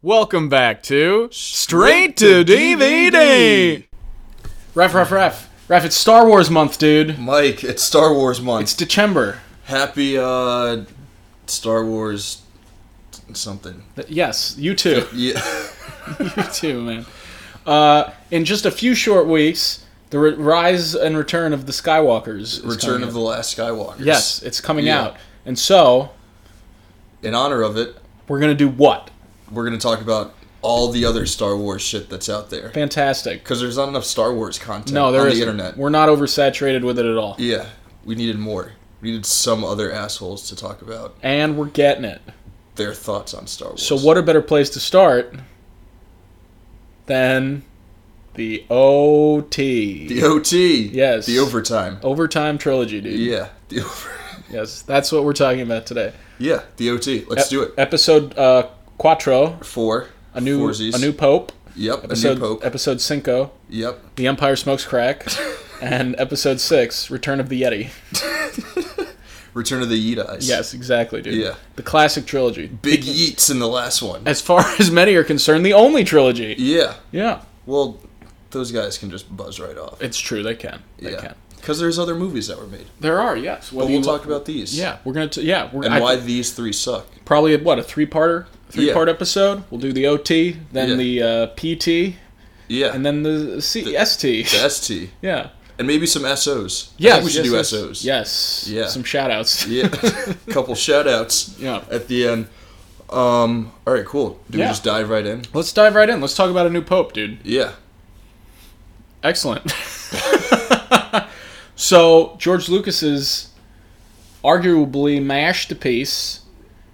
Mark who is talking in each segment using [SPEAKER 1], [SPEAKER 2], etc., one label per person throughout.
[SPEAKER 1] Welcome back to Straight to DVD. Ref, ref, ref, ref. It's Star Wars month, dude.
[SPEAKER 2] Mike, it's Star Wars month.
[SPEAKER 1] It's December.
[SPEAKER 2] Happy uh Star Wars something.
[SPEAKER 1] Th- Yes, you too.
[SPEAKER 2] Yeah.
[SPEAKER 1] you too, man. Uh, in just a few short weeks, the re- rise and return of the Skywalkers. Is
[SPEAKER 2] Return
[SPEAKER 1] coming
[SPEAKER 2] of
[SPEAKER 1] up.
[SPEAKER 2] the Last Skywalker.
[SPEAKER 1] Yes, it's coming
[SPEAKER 2] Yeah.
[SPEAKER 1] out, and so
[SPEAKER 2] In honor of it,
[SPEAKER 1] we're gonna do what?
[SPEAKER 2] we're going to talk about all the other Star Wars shit that's out there
[SPEAKER 1] Fantastic.
[SPEAKER 2] cuz there's not enough Star Wars content
[SPEAKER 1] No, there
[SPEAKER 2] on
[SPEAKER 1] isn't.
[SPEAKER 2] the internet.
[SPEAKER 1] We're not oversaturated with it at all,
[SPEAKER 2] yeah. We needed more. We needed some other assholes to talk about
[SPEAKER 1] and we're getting it.
[SPEAKER 2] their thoughts on Star Wars.
[SPEAKER 1] So, what a better place to start than the OT?
[SPEAKER 2] the OT.
[SPEAKER 1] Yes.
[SPEAKER 2] The overtime.
[SPEAKER 1] Overtime trilogy, dude.
[SPEAKER 2] Yeah. The over
[SPEAKER 1] Yes, that's what we're talking about today.
[SPEAKER 2] Yeah, the OT. Let's do it.
[SPEAKER 1] Episode uh, Quattro,
[SPEAKER 2] 4.
[SPEAKER 1] a new
[SPEAKER 2] Foursies.
[SPEAKER 1] a new pope.
[SPEAKER 2] Yep,
[SPEAKER 1] Episode
[SPEAKER 2] a new pope.
[SPEAKER 1] episode Cinco,
[SPEAKER 2] yep.
[SPEAKER 1] The Empire Smokes Crack, and episode six, Return of the Yeti.
[SPEAKER 2] Return of the Yeet Eyes.
[SPEAKER 1] Yes, exactly, dude.
[SPEAKER 2] Yeah.
[SPEAKER 1] The classic trilogy.
[SPEAKER 2] Big Yeets in the last one.
[SPEAKER 1] As far as many are concerned, the only trilogy.
[SPEAKER 2] Yeah.
[SPEAKER 1] Yeah,
[SPEAKER 2] Well, those guys can just buzz right off.
[SPEAKER 1] it's true. They can. They
[SPEAKER 2] yeah.
[SPEAKER 1] can.
[SPEAKER 2] Because there's other movies that were made.
[SPEAKER 1] There are yes.
[SPEAKER 2] But
[SPEAKER 1] Whether
[SPEAKER 2] we'll
[SPEAKER 1] you-
[SPEAKER 2] talk about these.
[SPEAKER 1] Yeah, we're gonna. T- yeah, we're
[SPEAKER 2] And
[SPEAKER 1] I-
[SPEAKER 2] why these three suck.
[SPEAKER 1] probably what a three-parter, three-part
[SPEAKER 2] Yeah.
[SPEAKER 1] episode. We'll do the OT, then the uh, PT,
[SPEAKER 2] Yeah.
[SPEAKER 1] and then the CST.
[SPEAKER 2] the ST.
[SPEAKER 1] yeah.
[SPEAKER 2] And maybe some SOs.
[SPEAKER 1] Yes,
[SPEAKER 2] I think we should
[SPEAKER 1] yes,
[SPEAKER 2] do
[SPEAKER 1] yes,
[SPEAKER 2] SOs.
[SPEAKER 1] Yes.
[SPEAKER 2] Yeah.
[SPEAKER 1] Some shout outs.
[SPEAKER 2] Yeah. couple shout outs
[SPEAKER 1] Yeah.
[SPEAKER 2] at the end. Um, all right, cool. Do
[SPEAKER 1] Yeah.
[SPEAKER 2] we just dive right in?
[SPEAKER 1] Let's dive right in. Let's talk about a new pope, dude.
[SPEAKER 2] Yeah.
[SPEAKER 1] Excellent. so George Lucas's arguably masterpiece.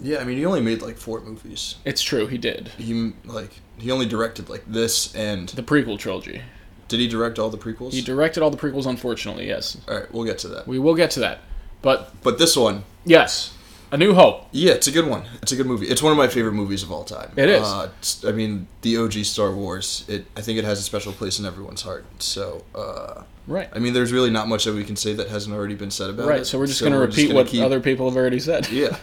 [SPEAKER 2] Yeah, I mean, he only made like four movies.
[SPEAKER 1] It's true, he did
[SPEAKER 2] He like he only directed like this and
[SPEAKER 1] the prequel trilogy.
[SPEAKER 2] did he direct all the prequels?
[SPEAKER 1] He directed all the prequels, unfortunately. Yes,
[SPEAKER 2] all right, we'll get to that.
[SPEAKER 1] we will get to that. But
[SPEAKER 2] But this one,
[SPEAKER 1] yes, A New Hope.
[SPEAKER 2] Yeah, it's a good one. It's a good movie. It's one of my favorite movies of all time.
[SPEAKER 1] It is.
[SPEAKER 2] Uh, it's- I mean, the OG Star Wars. It. I think it has a special place in everyone's heart. So, uh,
[SPEAKER 1] Right.
[SPEAKER 2] I mean, there's really not much that we can say that hasn't already been said about it.
[SPEAKER 1] Right. So we're just going to repeat
[SPEAKER 2] gonna
[SPEAKER 1] what
[SPEAKER 2] keep-
[SPEAKER 1] other people have already said.
[SPEAKER 2] Yeah.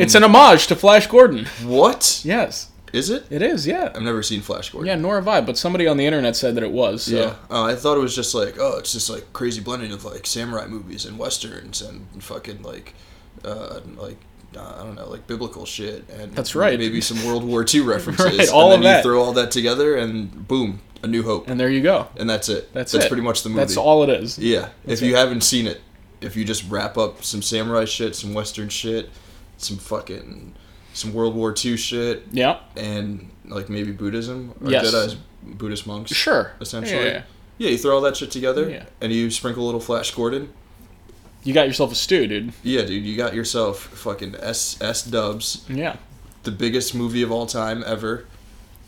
[SPEAKER 1] It's an homage to Flash Gordon.
[SPEAKER 2] what
[SPEAKER 1] Yes,
[SPEAKER 2] is it?
[SPEAKER 1] it is. Yeah.
[SPEAKER 2] I've never seen Flash Gordon.
[SPEAKER 1] Yeah, nor have I, but somebody on the internet said that it was. So.
[SPEAKER 2] Yeah, uh, I thought it was just like, oh, it's just like crazy blending of like samurai movies and westerns and fucking like, uh, like uh, I don't know, like biblical shit and
[SPEAKER 1] That's right.
[SPEAKER 2] maybe some World War II references.
[SPEAKER 1] Right, all
[SPEAKER 2] and
[SPEAKER 1] of
[SPEAKER 2] then
[SPEAKER 1] that.
[SPEAKER 2] You throw all that together and boom, a new hope, and,
[SPEAKER 1] And there you go.
[SPEAKER 2] that's it.
[SPEAKER 1] That's
[SPEAKER 2] that's
[SPEAKER 1] it.
[SPEAKER 2] pretty much the movie.
[SPEAKER 1] That's all it is.
[SPEAKER 2] Yeah, if
[SPEAKER 1] it.
[SPEAKER 2] you haven't seen it, if you just wrap up some samurai shit, some western shit, some fucking some World War II shit,
[SPEAKER 1] Yeah.
[SPEAKER 2] and like maybe Buddhism or
[SPEAKER 1] Yes.
[SPEAKER 2] Jedi's Buddhist monks.
[SPEAKER 1] Sure.
[SPEAKER 2] Essentially.
[SPEAKER 1] Yeah, yeah, yeah.
[SPEAKER 2] Yeah, you throw all that shit together
[SPEAKER 1] Yeah.
[SPEAKER 2] and you sprinkle a little Flash Gordon.
[SPEAKER 1] You got yourself a stew, dude.
[SPEAKER 2] Yeah, dude, you got yourself fucking S S Dubs,
[SPEAKER 1] Yeah.
[SPEAKER 2] the biggest movie of all time ever.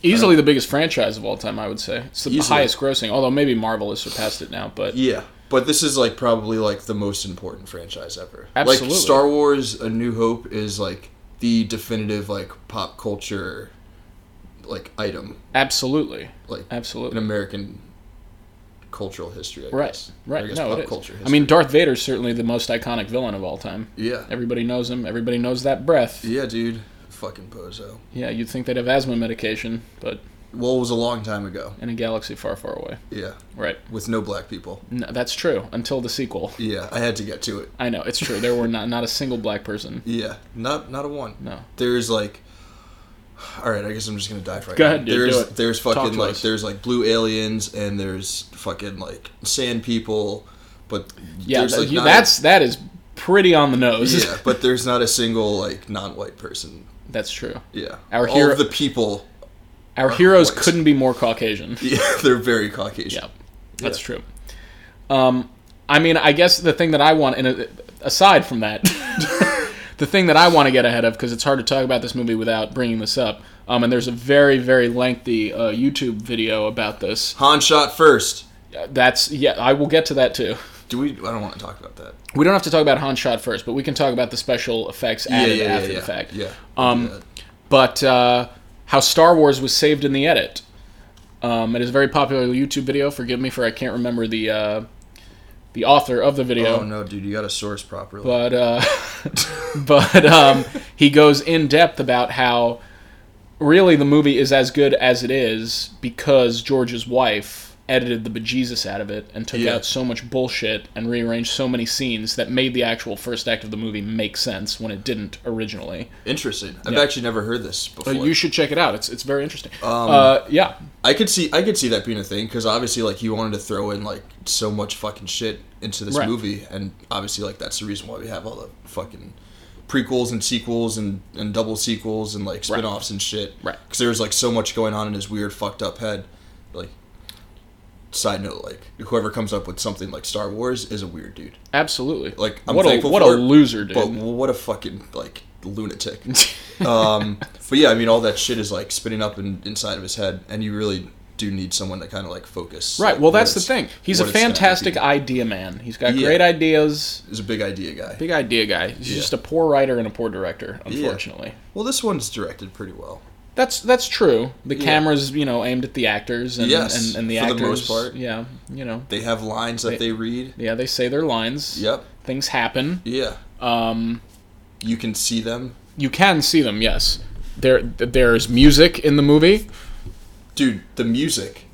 [SPEAKER 1] Easily the biggest franchise of all time, I would say. It's the
[SPEAKER 2] Easily.
[SPEAKER 1] highest grossing, although maybe Marvel has surpassed it now, but
[SPEAKER 2] Yeah, but this is like probably like the most important franchise ever.
[SPEAKER 1] Absolutely.
[SPEAKER 2] Like Star Wars: A New Hope is like the definitive like pop culture like item
[SPEAKER 1] absolutely.
[SPEAKER 2] like in
[SPEAKER 1] Absolutely.
[SPEAKER 2] American cultural history. I
[SPEAKER 1] Right.
[SPEAKER 2] guess. Or I
[SPEAKER 1] Right.
[SPEAKER 2] guess
[SPEAKER 1] No,
[SPEAKER 2] pop
[SPEAKER 1] it is.
[SPEAKER 2] culture history.
[SPEAKER 1] I mean, Darth Vader's certainly the most iconic villain of all time.
[SPEAKER 2] yeah,
[SPEAKER 1] Everybody knows him. Everybody knows that breath.
[SPEAKER 2] yeah, dude, fucking bozo.
[SPEAKER 1] Yeah, you'd think they'd have asthma medication, but
[SPEAKER 2] Well, it was a long time ago.
[SPEAKER 1] in a galaxy far, far away.
[SPEAKER 2] Yeah,
[SPEAKER 1] Right.
[SPEAKER 2] with no black people.
[SPEAKER 1] No, that's true. Until the sequel.
[SPEAKER 2] Yeah, I had to get to it.
[SPEAKER 1] I know it's true. There were not not a single black person.
[SPEAKER 2] Yeah, not not a one.
[SPEAKER 1] No.
[SPEAKER 2] There's like, all right. I guess I'm just gonna dive right.
[SPEAKER 1] Go
[SPEAKER 2] in.
[SPEAKER 1] ahead, dude,
[SPEAKER 2] There's
[SPEAKER 1] do it.
[SPEAKER 2] there's
[SPEAKER 1] Talk
[SPEAKER 2] fucking
[SPEAKER 1] to
[SPEAKER 2] like
[SPEAKER 1] us.
[SPEAKER 2] there's like blue aliens and there's fucking like sand people, but
[SPEAKER 1] Yeah,
[SPEAKER 2] there's,
[SPEAKER 1] that-
[SPEAKER 2] like,
[SPEAKER 1] you-
[SPEAKER 2] not a-
[SPEAKER 1] that's that is pretty on the nose.
[SPEAKER 2] yeah, but there's not a single like non-white person.
[SPEAKER 1] that's true.
[SPEAKER 2] Yeah,
[SPEAKER 1] Our
[SPEAKER 2] all
[SPEAKER 1] hero-
[SPEAKER 2] of the people.
[SPEAKER 1] Our heroes
[SPEAKER 2] whites.
[SPEAKER 1] couldn't be more Caucasian.
[SPEAKER 2] Yeah, they're very Caucasian.
[SPEAKER 1] Yeah, that's true. Um, I mean, I guess the thing that I want, and uh, aside from that, the thing that I want to get ahead of, because it's hard to talk about this movie without bringing this up. Um, and there's a very, very lengthy uh, YouTube video about this.
[SPEAKER 2] Han shot first.
[SPEAKER 1] Uh, That's yeah, I will get to that too.
[SPEAKER 2] Do we? I don't want to talk about that.
[SPEAKER 1] We don't have to talk about Han shot first, but we can talk about the special effects added
[SPEAKER 2] yeah, yeah,
[SPEAKER 1] after
[SPEAKER 2] yeah,
[SPEAKER 1] the fact.
[SPEAKER 2] Yeah.
[SPEAKER 1] Um,
[SPEAKER 2] Yeah.
[SPEAKER 1] but uh, how Star Wars was saved in the edit. Um, it is a very popular YouTube video. Forgive me for I can't remember the uh, the author of the video,
[SPEAKER 2] Oh no, dude, you got to source properly.
[SPEAKER 1] but uh, but um, he goes in depth about how really the movie is as good as it is because George's wife edited the bejesus out of it and took
[SPEAKER 2] Yeah.
[SPEAKER 1] out so much bullshit and rearranged so many scenes that made the actual first act of the movie make sense when it didn't originally.
[SPEAKER 2] Interesting. I've
[SPEAKER 1] Yeah.
[SPEAKER 2] actually never heard this before.
[SPEAKER 1] But you should check it out. It's it's very interesting.
[SPEAKER 2] Um,
[SPEAKER 1] uh, yeah,
[SPEAKER 2] I could see I could see that being a thing because obviously like he wanted to throw in like so much fucking shit into this
[SPEAKER 1] Right.
[SPEAKER 2] movie, and obviously like that's the reason why we have all the fucking prequels and sequels and and double sequels and like
[SPEAKER 1] Right.
[SPEAKER 2] spin-offs and shit.
[SPEAKER 1] Right.
[SPEAKER 2] Because there was like so much going on in his weird fucked up head. Like, side note, like whoever comes up with something like Star Wars is a weird dude.
[SPEAKER 1] absolutely.
[SPEAKER 2] Like I'm
[SPEAKER 1] what a
[SPEAKER 2] thankful
[SPEAKER 1] what
[SPEAKER 2] for
[SPEAKER 1] a
[SPEAKER 2] it,
[SPEAKER 1] loser, dude.
[SPEAKER 2] but what a fucking like lunatic. um, but yeah, I mean, all that shit is like spinning up in, inside of his head, and you really do need someone to kind of like focus.
[SPEAKER 1] right.
[SPEAKER 2] like,
[SPEAKER 1] Well,
[SPEAKER 2] what
[SPEAKER 1] that's the
[SPEAKER 2] it's-
[SPEAKER 1] thing. He's a
[SPEAKER 2] what it's gonna
[SPEAKER 1] fantastic
[SPEAKER 2] be.
[SPEAKER 1] idea man. He's got
[SPEAKER 2] Yeah.
[SPEAKER 1] great ideas.
[SPEAKER 2] He's a big idea guy.
[SPEAKER 1] Big idea guy. He's
[SPEAKER 2] Yeah.
[SPEAKER 1] just a poor writer and a poor director, unfortunately.
[SPEAKER 2] Well, this one's directed pretty well.
[SPEAKER 1] That's that's true. The
[SPEAKER 2] Yeah.
[SPEAKER 1] camera's you know aimed at the actors and
[SPEAKER 2] Yes,
[SPEAKER 1] and, and the
[SPEAKER 2] for
[SPEAKER 1] actors.
[SPEAKER 2] the most part.
[SPEAKER 1] Yeah, you know.
[SPEAKER 2] They have lines that
[SPEAKER 1] They-
[SPEAKER 2] they read.
[SPEAKER 1] Yeah, they say their lines.
[SPEAKER 2] Yep.
[SPEAKER 1] Things happen.
[SPEAKER 2] Yeah.
[SPEAKER 1] Um,
[SPEAKER 2] You can see them,
[SPEAKER 1] you can see them. Yes, there there's music in the movie.
[SPEAKER 2] dude. The music.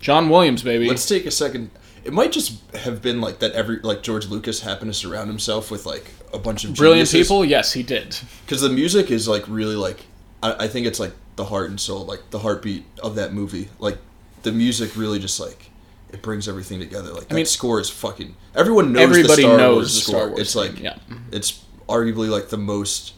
[SPEAKER 1] John Williams, baby.
[SPEAKER 2] Let's take a second. It might just have been like that. Every like George Lucas happened to surround himself with like a bunch of
[SPEAKER 1] Brilliant
[SPEAKER 2] geniuses.
[SPEAKER 1] people. Yes, he did.
[SPEAKER 2] because the music is like really like I, I think it's like the heart and soul like the heartbeat of that movie like the music really just like it brings everything together like that
[SPEAKER 1] mean-
[SPEAKER 2] score is fucking everyone knows
[SPEAKER 1] Everybody
[SPEAKER 2] the Star
[SPEAKER 1] knows
[SPEAKER 2] Wars
[SPEAKER 1] the
[SPEAKER 2] score
[SPEAKER 1] Star Wars.
[SPEAKER 2] it's like
[SPEAKER 1] theme, yeah.
[SPEAKER 2] it's arguably like the most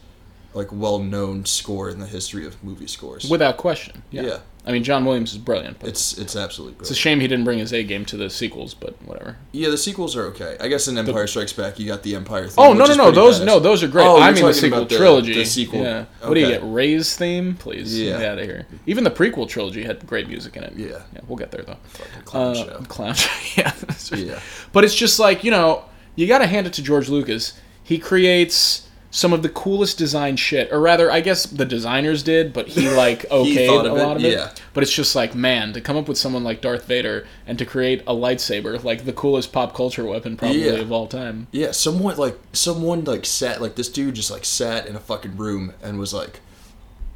[SPEAKER 2] like well-known score in the history of movie scores
[SPEAKER 1] Without question. Yeah.
[SPEAKER 2] Yeah.
[SPEAKER 1] I mean, John Williams is brilliant. But it's,
[SPEAKER 2] it's it's absolutely
[SPEAKER 1] a
[SPEAKER 2] brilliant.
[SPEAKER 1] shame he didn't bring his A game to the sequels, but whatever.
[SPEAKER 2] yeah the sequels are okay I guess in Empire Strikes Back you got the Empire thing
[SPEAKER 1] Oh no
[SPEAKER 2] which
[SPEAKER 1] no
[SPEAKER 2] is
[SPEAKER 1] no
[SPEAKER 2] pretty
[SPEAKER 1] those
[SPEAKER 2] badass.
[SPEAKER 1] no those are great. I
[SPEAKER 2] Oh,
[SPEAKER 1] mean
[SPEAKER 2] you're
[SPEAKER 1] the
[SPEAKER 2] talking
[SPEAKER 1] sequel
[SPEAKER 2] about the-
[SPEAKER 1] trilogy.
[SPEAKER 2] the sequel.
[SPEAKER 1] Yeah. What do you
[SPEAKER 2] Okay.
[SPEAKER 1] get? Ray's theme, please.
[SPEAKER 2] Yeah.
[SPEAKER 1] Get out of here. Even the prequel trilogy had great music in it.
[SPEAKER 2] Yeah.
[SPEAKER 1] Yeah. We'll get there though.
[SPEAKER 2] Fucking clown
[SPEAKER 1] Uh,
[SPEAKER 2] show.
[SPEAKER 1] Clown show. yeah. that's right.
[SPEAKER 2] Yeah.
[SPEAKER 1] But it's just like you know you got to hand it to George Lucas. He creates some of the coolest design shit, or rather, I guess the designers did, but he like okayed
[SPEAKER 2] thought
[SPEAKER 1] a
[SPEAKER 2] of it,
[SPEAKER 1] lot of it.
[SPEAKER 2] yeah.
[SPEAKER 1] But it's just like, man, to come up with someone like Darth Vader and to create a lightsaber, like the coolest pop culture weapon probably
[SPEAKER 2] Yeah.
[SPEAKER 1] of all time.
[SPEAKER 2] Yeah, someone like someone like sat like this dude just like sat in a fucking room and was like,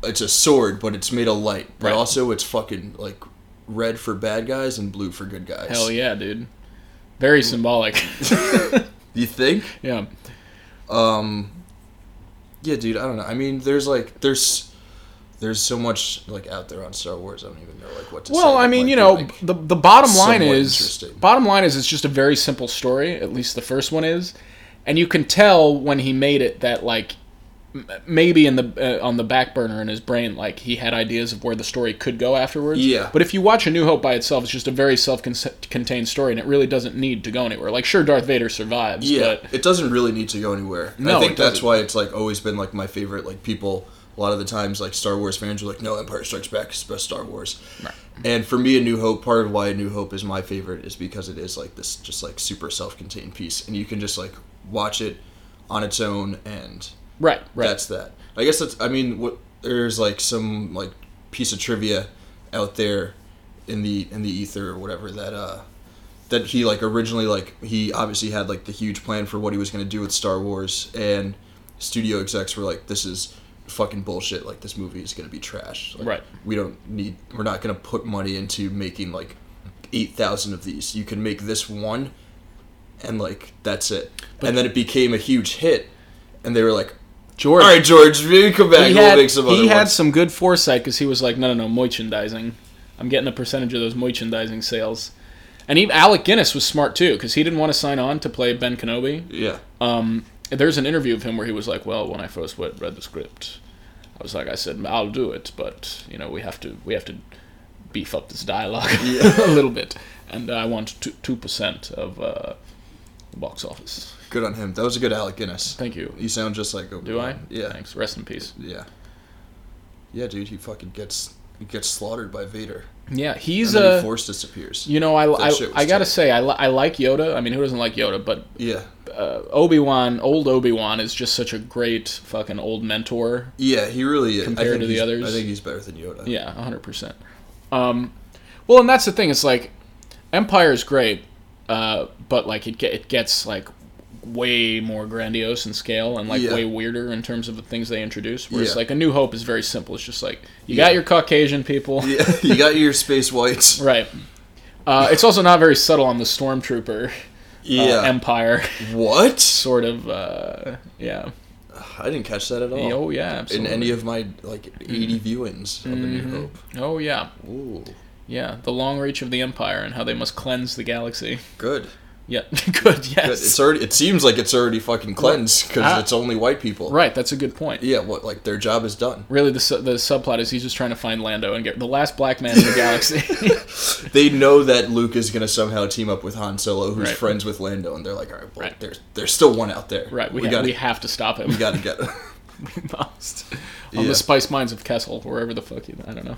[SPEAKER 2] "It's a sword, but it's made of light, but
[SPEAKER 1] Right.
[SPEAKER 2] also it's fucking like red for bad guys and blue for good guys."
[SPEAKER 1] Hell yeah, dude. Very symbolic.
[SPEAKER 2] You think?
[SPEAKER 1] yeah.
[SPEAKER 2] Yeah, dude. I don't know. I mean, there's like there's there's so much like out there on Star Wars. I don't even know like what to say.
[SPEAKER 1] Well, I
[SPEAKER 2] It
[SPEAKER 1] mean,
[SPEAKER 2] might
[SPEAKER 1] you
[SPEAKER 2] be,
[SPEAKER 1] know,
[SPEAKER 2] like-
[SPEAKER 1] the the bottom line
[SPEAKER 2] somewhat
[SPEAKER 1] is
[SPEAKER 2] interesting.
[SPEAKER 1] bottom line is it's just a very simple story. At least the first one is, and you can tell when he made it that like m- maybe in the uh, on the back burner in his brain like he had ideas of where the story could go afterwards
[SPEAKER 2] Yeah.
[SPEAKER 1] but if you watch a new hope by itself it's just a very self-contained story and it really doesn't need to go anywhere like sure darth vader survives
[SPEAKER 2] Yeah,
[SPEAKER 1] but
[SPEAKER 2] it doesn't really need to go anywhere.
[SPEAKER 1] No,
[SPEAKER 2] I
[SPEAKER 1] it
[SPEAKER 2] think that's
[SPEAKER 1] doesn't.
[SPEAKER 2] why it's like always been like my favorite. Like people, a lot of the times, like Star Wars fans are like, "No, Empire Strikes Back is the best Star Wars." And for me, A New Hope, part of why A New Hope is my favorite is because it is like this, just like super self-contained piece, and you can just like watch it on its own, and
[SPEAKER 1] right right
[SPEAKER 2] that's that. I guess that's. I mean, what there's like some like piece of trivia out there in the in the ether or whatever that uh that he like originally like he obviously had like the huge plan for what he was going to do with Star Wars and studio execs were like this is fucking bullshit like this movie is going to be trash like,
[SPEAKER 1] Right.
[SPEAKER 2] we don't need we're not going to put money into making like 8000 of these you can make this one and like that's it and then it became a huge hit and they were like
[SPEAKER 1] george
[SPEAKER 2] all right George you come back
[SPEAKER 1] he
[SPEAKER 2] we'll
[SPEAKER 1] had,
[SPEAKER 2] make some
[SPEAKER 1] he
[SPEAKER 2] other
[SPEAKER 1] had
[SPEAKER 2] ones
[SPEAKER 1] some good foresight because he was like, no, no, no, merchandising. I'm getting a percentage of those merchandising sales. And even Alec Guinness was smart too because he didn't want to sign on to play Ben Kenobi.
[SPEAKER 2] yeah
[SPEAKER 1] Um, there's an interview of him where he was like, well, when I first w- read the script, I was like, I said, I'll do it, but you know, we have to, we have to beef up this dialogue a little bit, and I want two percent of uh, the box office.
[SPEAKER 2] good on him that was a good Alec Guinness
[SPEAKER 1] Thank you.
[SPEAKER 2] You sound just like Obi.
[SPEAKER 1] Do I?
[SPEAKER 2] Yeah.
[SPEAKER 1] Thanks. Rest in peace.
[SPEAKER 2] Yeah. Yeah, dude, he fucking gets he gets slaughtered by Vader.
[SPEAKER 1] Yeah, he's uh,
[SPEAKER 2] and
[SPEAKER 1] a.
[SPEAKER 2] then he force disappears.
[SPEAKER 1] You know, I, I,
[SPEAKER 2] shit was
[SPEAKER 1] I gotta
[SPEAKER 2] tight.
[SPEAKER 1] say, I, li- I like Yoda. I mean, who doesn't like Yoda? But
[SPEAKER 2] yeah.
[SPEAKER 1] uh, Obi Wan, old Obi Wan, is just such a great fucking old mentor.
[SPEAKER 2] Yeah, he really is.
[SPEAKER 1] Compared
[SPEAKER 2] I think
[SPEAKER 1] to the
[SPEAKER 2] he's-
[SPEAKER 1] others?
[SPEAKER 2] I think he's better than Yoda.
[SPEAKER 1] Yeah, 100%. Um, well, and that's the thing. It's like, Empire is great, uh, but, like, it, ge- it gets, like, way more grandiose in scale and like
[SPEAKER 2] Yeah.
[SPEAKER 1] way weirder in terms of the things they introduce. Whereas
[SPEAKER 2] Yeah.
[SPEAKER 1] like A New Hope is very simple. It's just like you
[SPEAKER 2] Yeah.
[SPEAKER 1] got your Caucasian people,
[SPEAKER 2] Yeah, you got your space whites.
[SPEAKER 1] right? Uh, it's also not very subtle on the stormtrooper uh,
[SPEAKER 2] Yeah.
[SPEAKER 1] empire
[SPEAKER 2] what?
[SPEAKER 1] sort of. Uh, yeah.
[SPEAKER 2] I didn't catch that at all.
[SPEAKER 1] Oh yeah.
[SPEAKER 2] in
[SPEAKER 1] Absolutely.
[SPEAKER 2] any of my like 80 viewings of A New Hope.
[SPEAKER 1] oh yeah.
[SPEAKER 2] Ooh,
[SPEAKER 1] Yeah. The long reach of the empire and how they must cleanse the galaxy.
[SPEAKER 2] good.
[SPEAKER 1] Yeah. Good.
[SPEAKER 2] Good.
[SPEAKER 1] Yes.
[SPEAKER 2] It's already. It seems like it's already fucking cleansed because
[SPEAKER 1] Ah.
[SPEAKER 2] it's only white people.
[SPEAKER 1] right. That's a good point.
[SPEAKER 2] Yeah. What? Like their job is done.
[SPEAKER 1] Really, the su- the subplot is he's just trying to find Lando and get the last black man in the galaxy.
[SPEAKER 2] They know that Luke is gonna somehow team up with Han Solo, who's
[SPEAKER 1] Right.
[SPEAKER 2] friends with Lando, and they're like, all right, well,
[SPEAKER 1] Right.
[SPEAKER 2] there's there's still one out there.
[SPEAKER 1] right. We,
[SPEAKER 2] We
[SPEAKER 1] ha-
[SPEAKER 2] gotta
[SPEAKER 1] we have to stop him.
[SPEAKER 2] we gotta get.
[SPEAKER 1] We must. On
[SPEAKER 2] Yeah.
[SPEAKER 1] the spice mines of Kessel, wherever the fuck you, I don't know.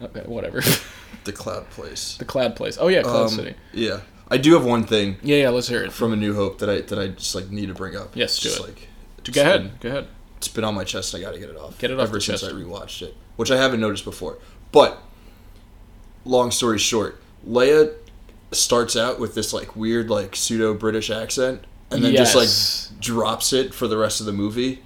[SPEAKER 1] Okay, whatever.
[SPEAKER 2] the cloud place.
[SPEAKER 1] the Cloud place. Oh yeah, Cloud
[SPEAKER 2] Um,
[SPEAKER 1] City.
[SPEAKER 2] Yeah. I do have one thing
[SPEAKER 1] Yeah, yeah. Let's hear it.
[SPEAKER 2] from A New Hope that I that I just like need to bring up.
[SPEAKER 1] Yes, do
[SPEAKER 2] Just,
[SPEAKER 1] it.
[SPEAKER 2] Like,
[SPEAKER 1] Go
[SPEAKER 2] just been-
[SPEAKER 1] ahead. Go ahead.
[SPEAKER 2] it's been on my chest. and I got to get it off.
[SPEAKER 1] Get it off
[SPEAKER 2] Ever
[SPEAKER 1] the
[SPEAKER 2] since
[SPEAKER 1] chest.
[SPEAKER 2] I rewatched it, which I haven't noticed before. But long story short, Leia starts out with this like weird like pseudo British accent, and then
[SPEAKER 1] Yes.
[SPEAKER 2] just like drops it for the rest of the movie.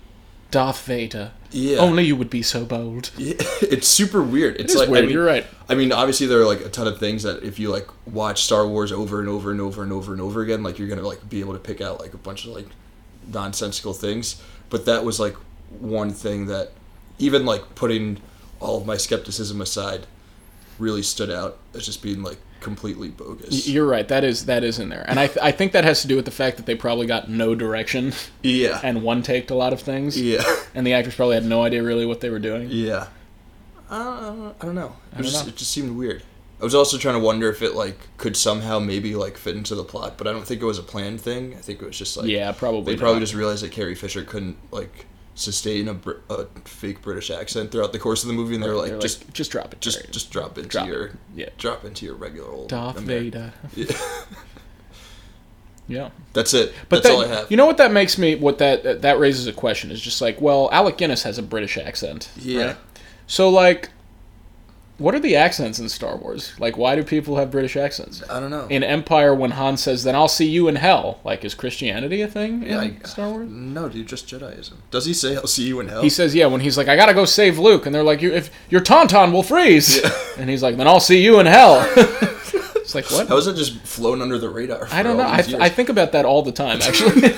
[SPEAKER 1] Darth Vader.
[SPEAKER 2] Yeah,
[SPEAKER 1] Only you would be so bold.
[SPEAKER 2] it's super weird. It's
[SPEAKER 1] It's
[SPEAKER 2] like
[SPEAKER 1] weird.
[SPEAKER 2] I mean,
[SPEAKER 1] You're right.
[SPEAKER 2] I mean, obviously there are like a ton of things that if you like watch Star Wars over and over and over and over and over again, like you're gonna like be able to pick out like a bunch of like nonsensical things. But that was like one thing that even like putting all of my skepticism aside really stood out as just being like completely bogus.
[SPEAKER 1] You're right. That is that is in there, and I th- I think that has to do with the fact that they probably got no direction
[SPEAKER 2] yeah.
[SPEAKER 1] and one taked a lot of things,
[SPEAKER 2] Yeah.
[SPEAKER 1] and the actors probably had no idea really what they were doing.
[SPEAKER 2] Yeah. I don't, Uh, I don't know. It,
[SPEAKER 1] don't
[SPEAKER 2] just,
[SPEAKER 1] know.
[SPEAKER 2] it just seemed weird. I was also trying to wonder if it like could somehow maybe like fit into the plot, but I don't think it was a planned thing. I think it was just like
[SPEAKER 1] yeah, probably.
[SPEAKER 2] they probably
[SPEAKER 1] not.
[SPEAKER 2] just realized that Carrie Fisher couldn't like sustain a, Br- a fake British accent throughout the course of the movie, and they were like,
[SPEAKER 1] They're
[SPEAKER 2] just
[SPEAKER 1] just drop it.
[SPEAKER 2] just
[SPEAKER 1] Jerry.
[SPEAKER 2] just drop into
[SPEAKER 1] Drop it.
[SPEAKER 2] your
[SPEAKER 1] yeah.
[SPEAKER 2] drop into your regular old
[SPEAKER 1] Darth
[SPEAKER 2] Ameri-
[SPEAKER 1] Vader.
[SPEAKER 2] Yeah.
[SPEAKER 1] Yeah.
[SPEAKER 2] That's it.
[SPEAKER 1] But that,
[SPEAKER 2] That's all I have.
[SPEAKER 1] you know what that makes me what that that- that raises a question is just like well Alec Guinness has a British accent
[SPEAKER 2] yeah.
[SPEAKER 1] right? so like what are the accents in Star Wars like why do people have British accents
[SPEAKER 2] I don't know.
[SPEAKER 1] in Empire when Han says then I'll see you in hell like is Christianity a thing in
[SPEAKER 2] Yeah, I-
[SPEAKER 1] Star Wars
[SPEAKER 2] no, dude, just Jediism. Does he say I'll see you in hell?
[SPEAKER 1] he says yeah when he's like I gotta go save Luke and they're like you if your tauntaun will freeze and he's like then I'll see you in hell it's like what
[SPEAKER 2] How is that just flown under the radar? For
[SPEAKER 1] I don't
[SPEAKER 2] all
[SPEAKER 1] know I,
[SPEAKER 2] these
[SPEAKER 1] th-
[SPEAKER 2] years?
[SPEAKER 1] I think about that all the time actually.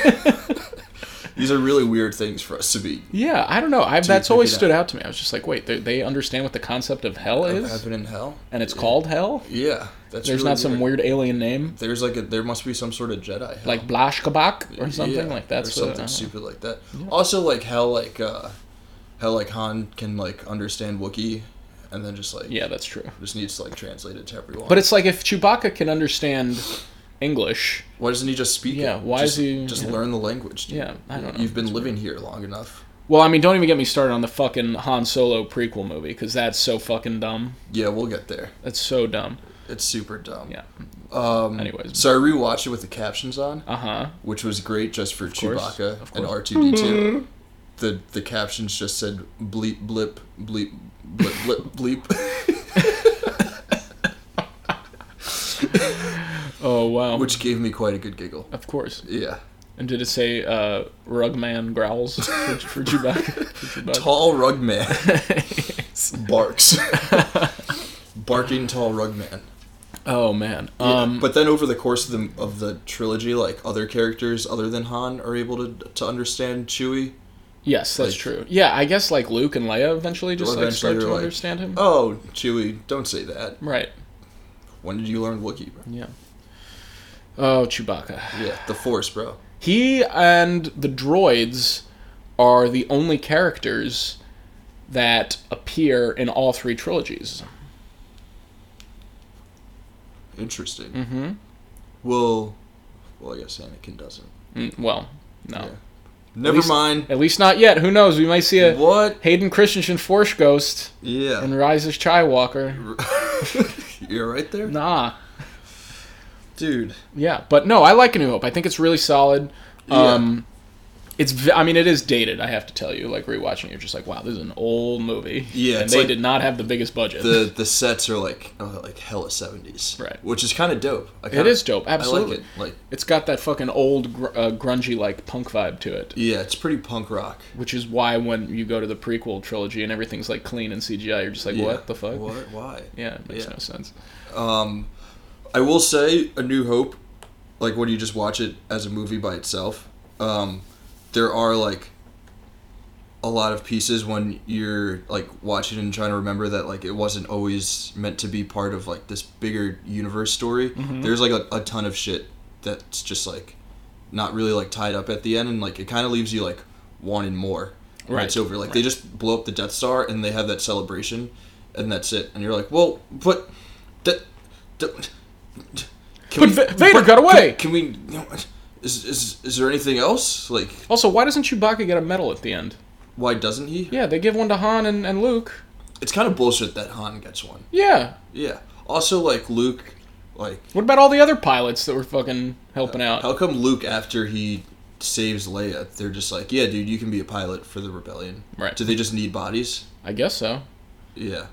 [SPEAKER 2] These are really weird things for us to be
[SPEAKER 1] Yeah, I don't know. I've, that's
[SPEAKER 2] figure
[SPEAKER 1] always
[SPEAKER 2] it
[SPEAKER 1] stood out to me. I was just like, wait, they, they understand what the concept of hell is,
[SPEAKER 2] heaven and hell.
[SPEAKER 1] and it's called hell.
[SPEAKER 2] Yeah, that's
[SPEAKER 1] There's
[SPEAKER 2] really
[SPEAKER 1] not some weird alien name
[SPEAKER 2] There's like a, there must be some sort of Jedi hell.
[SPEAKER 1] like Blashkabak or
[SPEAKER 2] Yeah,
[SPEAKER 1] something like that.
[SPEAKER 2] or
[SPEAKER 1] So,
[SPEAKER 2] something
[SPEAKER 1] uh,
[SPEAKER 2] stupid like that. Also, like how like uh how like Han can like understand Wookiee, and then just like
[SPEAKER 1] yeah, that's true.
[SPEAKER 2] just needs to like translate it to everyone.
[SPEAKER 1] But it's like if Chewbacca can understand English,
[SPEAKER 2] why doesn't he just speak?
[SPEAKER 1] Yeah,
[SPEAKER 2] it?
[SPEAKER 1] why
[SPEAKER 2] just,
[SPEAKER 1] is he-
[SPEAKER 2] just
[SPEAKER 1] yeah.
[SPEAKER 2] learn the language? Dude.
[SPEAKER 1] yeah, I don't know.
[SPEAKER 2] You've been living here long enough.
[SPEAKER 1] Well, I mean, don't even get me started on the fucking Han Solo prequel movie because that's so fucking dumb.
[SPEAKER 2] Yeah, we'll get there.
[SPEAKER 1] That's so dumb.
[SPEAKER 2] It's super dumb.
[SPEAKER 1] Yeah.
[SPEAKER 2] Um.
[SPEAKER 1] Anyways.
[SPEAKER 2] so I rewatched it with the captions on.
[SPEAKER 1] Uh huh.
[SPEAKER 2] which was great just for
[SPEAKER 1] course,
[SPEAKER 2] Chewbacca
[SPEAKER 1] of
[SPEAKER 2] and
[SPEAKER 1] course.
[SPEAKER 2] R two D two. The the captions just said bleep blip bleep blip blip bleep,
[SPEAKER 1] Oh wow.
[SPEAKER 2] which gave me quite a good giggle.
[SPEAKER 1] of course.
[SPEAKER 2] Yeah,
[SPEAKER 1] And did it say uh, Rugman growls for, for Chewbacca? For Chewbacca?
[SPEAKER 2] tall rug man barks, barking tall rug man.
[SPEAKER 1] oh man.
[SPEAKER 2] Yeah,
[SPEAKER 1] Um.
[SPEAKER 2] but then over the course of the of the trilogy, like other characters other than Han are able to to understand Chewie.
[SPEAKER 1] Yes, that's
[SPEAKER 2] Like-
[SPEAKER 1] true. Yeah, I guess like Luke and Leia eventually just like
[SPEAKER 2] Eventually
[SPEAKER 1] start to
[SPEAKER 2] you're like-
[SPEAKER 1] understand him.
[SPEAKER 2] Oh, Chewie, don't say that.
[SPEAKER 1] Right.
[SPEAKER 2] When did you learn Wookiee? bro?
[SPEAKER 1] Yeah. Oh, Chewbacca.
[SPEAKER 2] Yeah, the Force, bro.
[SPEAKER 1] He and the droids are the only characters that appear in all three trilogies.
[SPEAKER 2] Interesting.
[SPEAKER 1] Mm-hmm.
[SPEAKER 2] Well, well, I guess Anakin doesn't.
[SPEAKER 1] Mm, well, no.
[SPEAKER 2] Yeah. Never
[SPEAKER 1] least-
[SPEAKER 2] mind.
[SPEAKER 1] At least not yet. Who knows? We might see a
[SPEAKER 2] What?
[SPEAKER 1] Hayden Christensen Force Ghost
[SPEAKER 2] Yeah.
[SPEAKER 1] and Rise of Skywalker.
[SPEAKER 2] You're right there?
[SPEAKER 1] Nah.
[SPEAKER 2] Dude.
[SPEAKER 1] Yeah, but no, I like A New Hope. I think it's really solid.
[SPEAKER 2] Yeah.
[SPEAKER 1] Um, it's v- I mean it is dated. I have to tell you, like rewatching, it, you're just like, wow, this is an old movie.
[SPEAKER 2] Yeah,
[SPEAKER 1] and
[SPEAKER 2] it's
[SPEAKER 1] they
[SPEAKER 2] like
[SPEAKER 1] did not have the biggest budget.
[SPEAKER 2] the the sets are like uh, like hella seventies,
[SPEAKER 1] Right.
[SPEAKER 2] Which is kind of dope. I kinda,
[SPEAKER 1] is dope, absolutely.
[SPEAKER 2] I like it. Like
[SPEAKER 1] it's got that fucking old gr- uh, grungy like punk vibe to it,
[SPEAKER 2] yeah, it's pretty punk rock.
[SPEAKER 1] which is why when you go to the prequel trilogy and everything's like clean and CGI, you're just like,
[SPEAKER 2] Yeah.
[SPEAKER 1] what the fuck?
[SPEAKER 2] What? Why?
[SPEAKER 1] Yeah, it makes
[SPEAKER 2] Yeah.
[SPEAKER 1] no sense.
[SPEAKER 2] I will say, A New Hope, like when you just watch it as a movie by itself, um, there are like a lot of pieces when you're like watching and trying to remember that like it wasn't always meant to be part of like this bigger universe story.
[SPEAKER 1] Mm-hmm.
[SPEAKER 2] There's like a, a ton of shit that's just like not really like tied up at the end, and like it kind of leaves you like wanting more. when
[SPEAKER 1] Right.
[SPEAKER 2] It's over. Like they just blow up the Death Star and they have that celebration, and that's it. And you're like, well, but that. that can
[SPEAKER 1] But Va- Vader got away!
[SPEAKER 2] Can, can we? no, Is, is is there anything else? Like,
[SPEAKER 1] Also, why doesn't Chewbacca get a medal at the end?
[SPEAKER 2] why doesn't he?
[SPEAKER 1] Yeah, they give one to Han and, and Luke.
[SPEAKER 2] It's kind of bullshit that Han gets one.
[SPEAKER 1] Yeah.
[SPEAKER 2] Yeah. Also, like Luke, like
[SPEAKER 1] What about all the other pilots that were fucking helping out?
[SPEAKER 2] how come Luke after he saves Leia, they're just like, yeah, dude, you can be a pilot for the rebellion.
[SPEAKER 1] Right.
[SPEAKER 2] Do they just need bodies?
[SPEAKER 1] I guess so.
[SPEAKER 2] Yeah.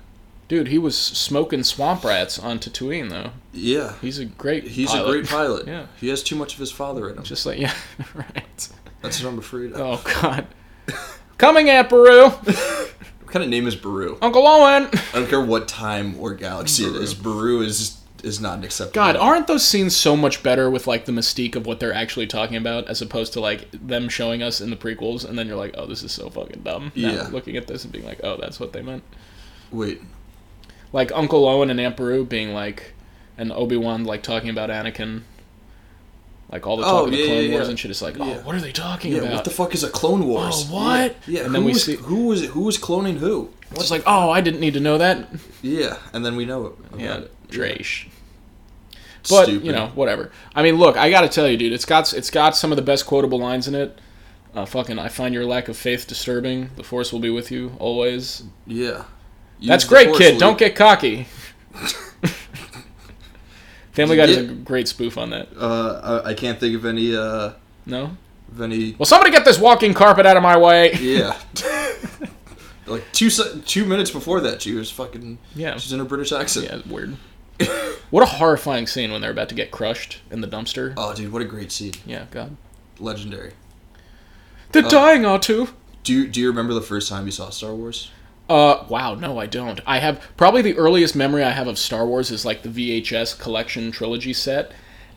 [SPEAKER 1] Dude, he was smoking swamp rats on Tatooine though.
[SPEAKER 2] Yeah.
[SPEAKER 1] He's a great.
[SPEAKER 2] He's
[SPEAKER 1] pilot.
[SPEAKER 2] a great pilot.
[SPEAKER 1] Yeah.
[SPEAKER 2] He has too much of his father in him.
[SPEAKER 1] Just like yeah, right.
[SPEAKER 2] That's what I'm afraid of.
[SPEAKER 1] Oh God. Coming at Peru,
[SPEAKER 2] What kind of name is Baru?
[SPEAKER 1] Uncle Owen.
[SPEAKER 2] I don't care what time or galaxy it is. Baru is is not an acceptable.
[SPEAKER 1] God,
[SPEAKER 2] name.
[SPEAKER 1] aren't those scenes so much better with like the mystique of what they're actually talking about, as opposed to like them showing us in the prequels, and then you're like, oh, this is so fucking dumb. Now,
[SPEAKER 2] Yeah.
[SPEAKER 1] Looking at this and being like, oh, that's what they meant.
[SPEAKER 2] wait.
[SPEAKER 1] Like Uncle Owen and Aunt Peru being like, and Obi Wan like talking about Anakin. Like all the talk
[SPEAKER 2] Oh,
[SPEAKER 1] of the
[SPEAKER 2] yeah,
[SPEAKER 1] Clone
[SPEAKER 2] yeah,
[SPEAKER 1] Wars
[SPEAKER 2] yeah.
[SPEAKER 1] and shit is like, oh,
[SPEAKER 2] Yeah.
[SPEAKER 1] what are they talking
[SPEAKER 2] Yeah,
[SPEAKER 1] about?
[SPEAKER 2] what the fuck is a Clone Wars?
[SPEAKER 1] Oh, what?
[SPEAKER 2] Yeah,
[SPEAKER 1] And
[SPEAKER 2] who
[SPEAKER 1] then we
[SPEAKER 2] was,
[SPEAKER 1] see-
[SPEAKER 2] who was who was cloning who.
[SPEAKER 1] it's just like, oh, I didn't need to know that.
[SPEAKER 2] Yeah, and then we know it. about
[SPEAKER 1] Yeah,
[SPEAKER 2] it.
[SPEAKER 1] Draish.
[SPEAKER 2] It's
[SPEAKER 1] But
[SPEAKER 2] stupid.
[SPEAKER 1] you know, whatever. I mean, look, I gotta tell you, dude, it's got it's got some of the best quotable lines in it. Uh, fucking, I find your lack of faith disturbing. The force will be with you always.
[SPEAKER 2] yeah,
[SPEAKER 1] That's
[SPEAKER 2] Use the
[SPEAKER 1] great,
[SPEAKER 2] Force,
[SPEAKER 1] kid.
[SPEAKER 2] Luke.
[SPEAKER 1] Don't get cocky. Family Guy does a
[SPEAKER 2] Yeah.
[SPEAKER 1] great spoof on that.
[SPEAKER 2] Uh, I, I can't think of any. Uh,
[SPEAKER 1] No.
[SPEAKER 2] of any.
[SPEAKER 1] Well, somebody get this walking carpet out of my way.
[SPEAKER 2] Yeah. like two se- two minutes before that, she was fucking.
[SPEAKER 1] Yeah.
[SPEAKER 2] She's in a British accent.
[SPEAKER 1] Yeah, weird. what a horrifying scene when they're about to get crushed in the dumpster.
[SPEAKER 2] Oh, dude, what a great scene!
[SPEAKER 1] Yeah, God.
[SPEAKER 2] Legendary. Uh,
[SPEAKER 1] They're dying, R2.
[SPEAKER 2] Do you, do you remember the first time you saw Star Wars?
[SPEAKER 1] Uh, wow, no, I don't. I have probably the earliest memory I have of Star Wars is like the VHS collection trilogy set,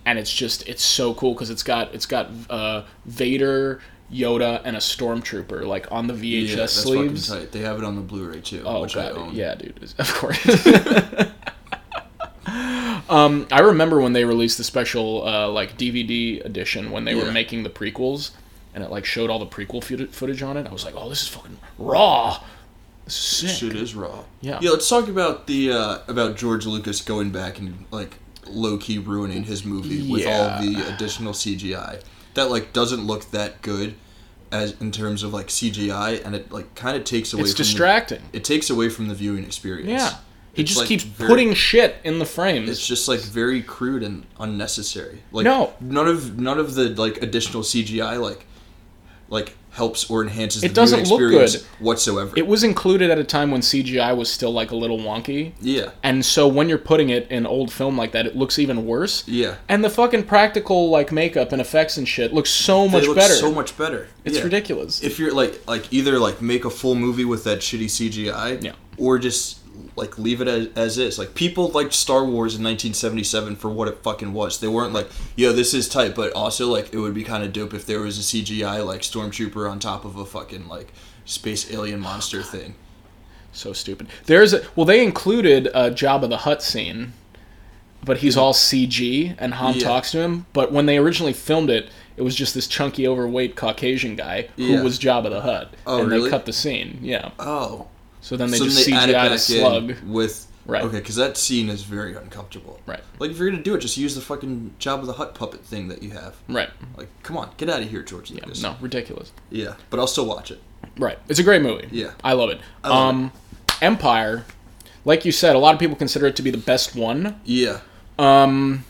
[SPEAKER 1] and it's just it's so cool because it's got it's got uh, Vader, Yoda, and a stormtrooper like on the VHS
[SPEAKER 2] yeah, that's
[SPEAKER 1] sleeves.
[SPEAKER 2] fucking tight. They have it on the Blu-ray too,
[SPEAKER 1] Oh
[SPEAKER 2] which
[SPEAKER 1] god,
[SPEAKER 2] I own.
[SPEAKER 1] yeah, dude, it's- of course. um, I remember when they released the special uh, like DVD edition when they were
[SPEAKER 2] Yeah.
[SPEAKER 1] making the prequels, and it like showed all the prequel fut- footage on it. I was like, oh, this is fucking raw. This is sick.
[SPEAKER 2] Shit is raw.
[SPEAKER 1] Yeah.
[SPEAKER 2] Yeah. Let's talk about the uh, about George Lucas going back and like low key ruining his movie with all
[SPEAKER 1] Yeah.
[SPEAKER 2] the additional CGI that like doesn't look that good as in terms of like CGI, and it like kind of takes away.
[SPEAKER 1] It's
[SPEAKER 2] from the-
[SPEAKER 1] distracting.
[SPEAKER 2] it takes away from the viewing experience.
[SPEAKER 1] Yeah. He
[SPEAKER 2] It's,
[SPEAKER 1] just
[SPEAKER 2] like,
[SPEAKER 1] keeps
[SPEAKER 2] very-
[SPEAKER 1] putting shit in the frames.
[SPEAKER 2] It's just like very crude and unnecessary. Like
[SPEAKER 1] No.
[SPEAKER 2] none of none of the like additional CGI like like helps or enhances the
[SPEAKER 1] It doesn't
[SPEAKER 2] viewing
[SPEAKER 1] look
[SPEAKER 2] experience
[SPEAKER 1] good.
[SPEAKER 2] whatsoever.
[SPEAKER 1] it was included at a time when CGI was still like a little wonky.
[SPEAKER 2] yeah.
[SPEAKER 1] And so when you're putting it in old film like that, it looks even worse.
[SPEAKER 2] Yeah.
[SPEAKER 1] And the fucking practical like makeup and effects and shit looks so
[SPEAKER 2] They
[SPEAKER 1] much
[SPEAKER 2] look
[SPEAKER 1] better.
[SPEAKER 2] so much better.
[SPEAKER 1] it's
[SPEAKER 2] Yeah.
[SPEAKER 1] ridiculous.
[SPEAKER 2] If you're like like either like make a full movie with that shitty CGI
[SPEAKER 1] Yeah.
[SPEAKER 2] or just like leave it as, as is. Like people liked Star Wars in 1977 for what it fucking was. They weren't like, yo, this is tight, but also like it would be kind of dope if there was a CGI like stormtrooper on top of a fucking like space alien monster thing.
[SPEAKER 1] so stupid. There's a, well, they included a Jabba the Hutt scene, but he's all CG and Han
[SPEAKER 2] Yeah.
[SPEAKER 1] talks to him. But when they originally filmed it, it was just this chunky, overweight Caucasian guy who
[SPEAKER 2] Yeah.
[SPEAKER 1] was Jabba the Hutt,
[SPEAKER 2] Oh,
[SPEAKER 1] and they
[SPEAKER 2] really?
[SPEAKER 1] cut the scene. Yeah.
[SPEAKER 2] Oh.
[SPEAKER 1] So then they
[SPEAKER 2] So then
[SPEAKER 1] just
[SPEAKER 2] they add it
[SPEAKER 1] CGI
[SPEAKER 2] back
[SPEAKER 1] to slug.
[SPEAKER 2] in with
[SPEAKER 1] Right.
[SPEAKER 2] Okay, because that scene is very uncomfortable.
[SPEAKER 1] Right.
[SPEAKER 2] Like if you're gonna do it, just use the fucking Job of the Hut puppet thing that you have.
[SPEAKER 1] Right.
[SPEAKER 2] Like, come on, get out of here, George
[SPEAKER 1] Yeah,
[SPEAKER 2] Lucas.
[SPEAKER 1] no, ridiculous.
[SPEAKER 2] Yeah, but I'll still watch it.
[SPEAKER 1] Right. It's a great movie.
[SPEAKER 2] Yeah.
[SPEAKER 1] I love it.
[SPEAKER 2] love
[SPEAKER 1] um Empire, like you said, a lot of people consider it to be the best one.
[SPEAKER 2] Yeah.
[SPEAKER 1] Um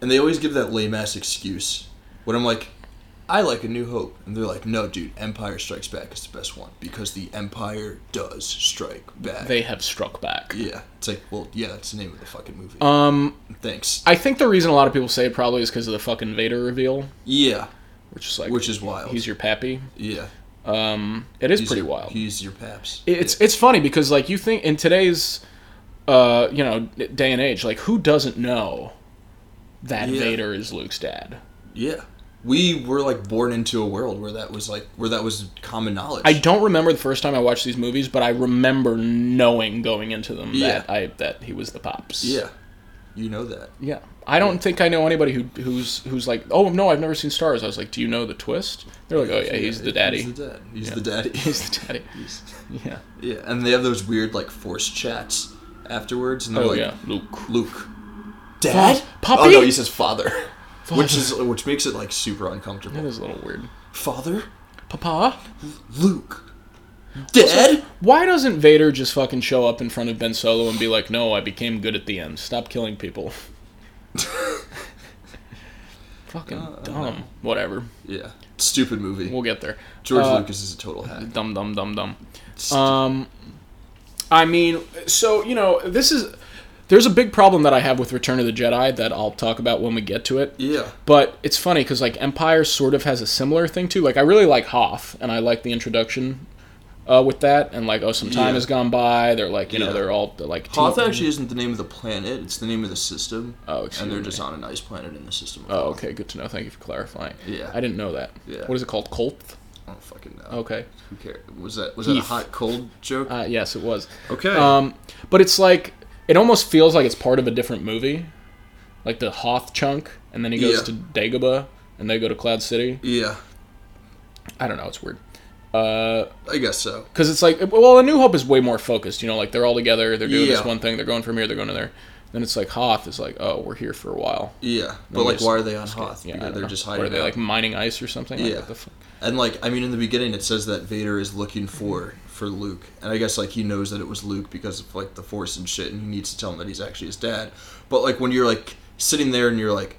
[SPEAKER 2] And they always give that lame ass excuse when I'm like, I like A New Hope, and they're like, no, dude, Empire Strikes Back is the best one because the Empire does strike back.
[SPEAKER 1] They have struck back.
[SPEAKER 2] yeah, it's like, well, yeah, that's the name of the fucking movie.
[SPEAKER 1] Um,
[SPEAKER 2] Thanks.
[SPEAKER 1] I think the reason a lot of people say it probably is because of the fucking Vader reveal,
[SPEAKER 2] yeah,
[SPEAKER 1] which is like
[SPEAKER 2] which is wild.
[SPEAKER 1] he's your pappy.
[SPEAKER 2] yeah,
[SPEAKER 1] Um, it is
[SPEAKER 2] He's
[SPEAKER 1] pretty
[SPEAKER 2] your-
[SPEAKER 1] wild.
[SPEAKER 2] He's your paps.
[SPEAKER 1] it's it's funny because like you think in today's uh you know day and age like who doesn't know that
[SPEAKER 2] Yeah.
[SPEAKER 1] Vader is Luke's dad
[SPEAKER 2] yeah. We were like born into a world where that was like where that was common knowledge.
[SPEAKER 1] I don't remember the first time I watched these movies but I remember knowing going into them
[SPEAKER 2] Yeah.
[SPEAKER 1] that I that he was the pops
[SPEAKER 2] yeah, you know that.
[SPEAKER 1] yeah I don't think I know anybody who who's who's like oh no I've never seen Stars I was like do you know the twist they're like oh yeah he's the daddy
[SPEAKER 2] He's the dad. He's the daddy.
[SPEAKER 1] he's the daddy
[SPEAKER 2] He's-
[SPEAKER 1] yeah
[SPEAKER 2] yeah, and they have those weird like forced chats afterwards, and they're
[SPEAKER 1] oh
[SPEAKER 2] like,
[SPEAKER 1] yeah Luke
[SPEAKER 2] Luke. Dad?
[SPEAKER 1] Puppy?
[SPEAKER 2] Oh no, he says father. Which is which makes it like super
[SPEAKER 1] that
[SPEAKER 2] uncomfortable.
[SPEAKER 1] is a little weird
[SPEAKER 2] Father?
[SPEAKER 1] Papa
[SPEAKER 2] Luke. Dad?
[SPEAKER 1] Why doesn't Vader just fucking show up in front of Ben Solo and be like, "No, I became good at the end. Stop killing people."
[SPEAKER 2] Uh,
[SPEAKER 1] fucking dumb. Whatever.
[SPEAKER 2] Yeah. Stupid movie.
[SPEAKER 1] We'll get there.
[SPEAKER 2] George
[SPEAKER 1] uh,
[SPEAKER 2] Lucas is a total hack.
[SPEAKER 1] Dumb, dumb, dumb, dumb.
[SPEAKER 2] It's-
[SPEAKER 1] Um, I mean, so you know, this is there's a big problem that I have with Return of the Jedi that I'll talk about when we get to it.
[SPEAKER 2] yeah.
[SPEAKER 1] But it's funny because like Empire sort of has a similar thing too. Like I really like Hoth, and I like the introduction uh, with that, and like oh, some time
[SPEAKER 2] Yeah.
[SPEAKER 1] has gone by. They're like you know
[SPEAKER 2] Yeah.
[SPEAKER 1] they're all they're, like
[SPEAKER 2] Hoth
[SPEAKER 1] teen-
[SPEAKER 2] actually isn't the name of the planet, it's the name of the system.
[SPEAKER 1] Oh, excuse
[SPEAKER 2] And they're
[SPEAKER 1] me.
[SPEAKER 2] just on an ice planet in the system.
[SPEAKER 1] Oh, okay, good to know. Thank you for clarifying.
[SPEAKER 2] Yeah.
[SPEAKER 1] I didn't know that.
[SPEAKER 2] Yeah.
[SPEAKER 1] What is it called? Colth?
[SPEAKER 2] I don't fucking know.
[SPEAKER 1] Okay.
[SPEAKER 2] Who cares? Was that was that a
[SPEAKER 1] Oh. Heath.
[SPEAKER 2] hot cold joke?
[SPEAKER 1] Uh, yes, it was.
[SPEAKER 2] okay.
[SPEAKER 1] Um, but it's like it almost feels like it's part of a different movie, like the Hoth chunk, and then he goes
[SPEAKER 2] Yeah.
[SPEAKER 1] to Dagobah, and they go to Cloud City.
[SPEAKER 2] yeah.
[SPEAKER 1] I don't know. It's weird. Uh,
[SPEAKER 2] I guess so.
[SPEAKER 1] because it's like well a new hope is way more focused you know like they're all together they're doing this
[SPEAKER 2] Yeah.
[SPEAKER 1] one thing they're going from here they're going to there then it's like hoth is like oh we're here for a while
[SPEAKER 2] Yeah.
[SPEAKER 1] Let me
[SPEAKER 2] But like
[SPEAKER 1] just-
[SPEAKER 2] why are they on Hoth?
[SPEAKER 1] yeah I
[SPEAKER 2] Because
[SPEAKER 1] don't
[SPEAKER 2] they're
[SPEAKER 1] know.
[SPEAKER 2] just
[SPEAKER 1] What
[SPEAKER 2] hiding
[SPEAKER 1] are they
[SPEAKER 2] out.
[SPEAKER 1] like mining ice or something like
[SPEAKER 2] Yeah.
[SPEAKER 1] what the fuck?
[SPEAKER 2] And like, I mean, in the beginning, it says that Vader is looking for for Luke, and I guess like he knows that it was Luke because of like the Force and shit, and he needs to tell him that he's actually his dad. But like when you're like sitting there and you're like,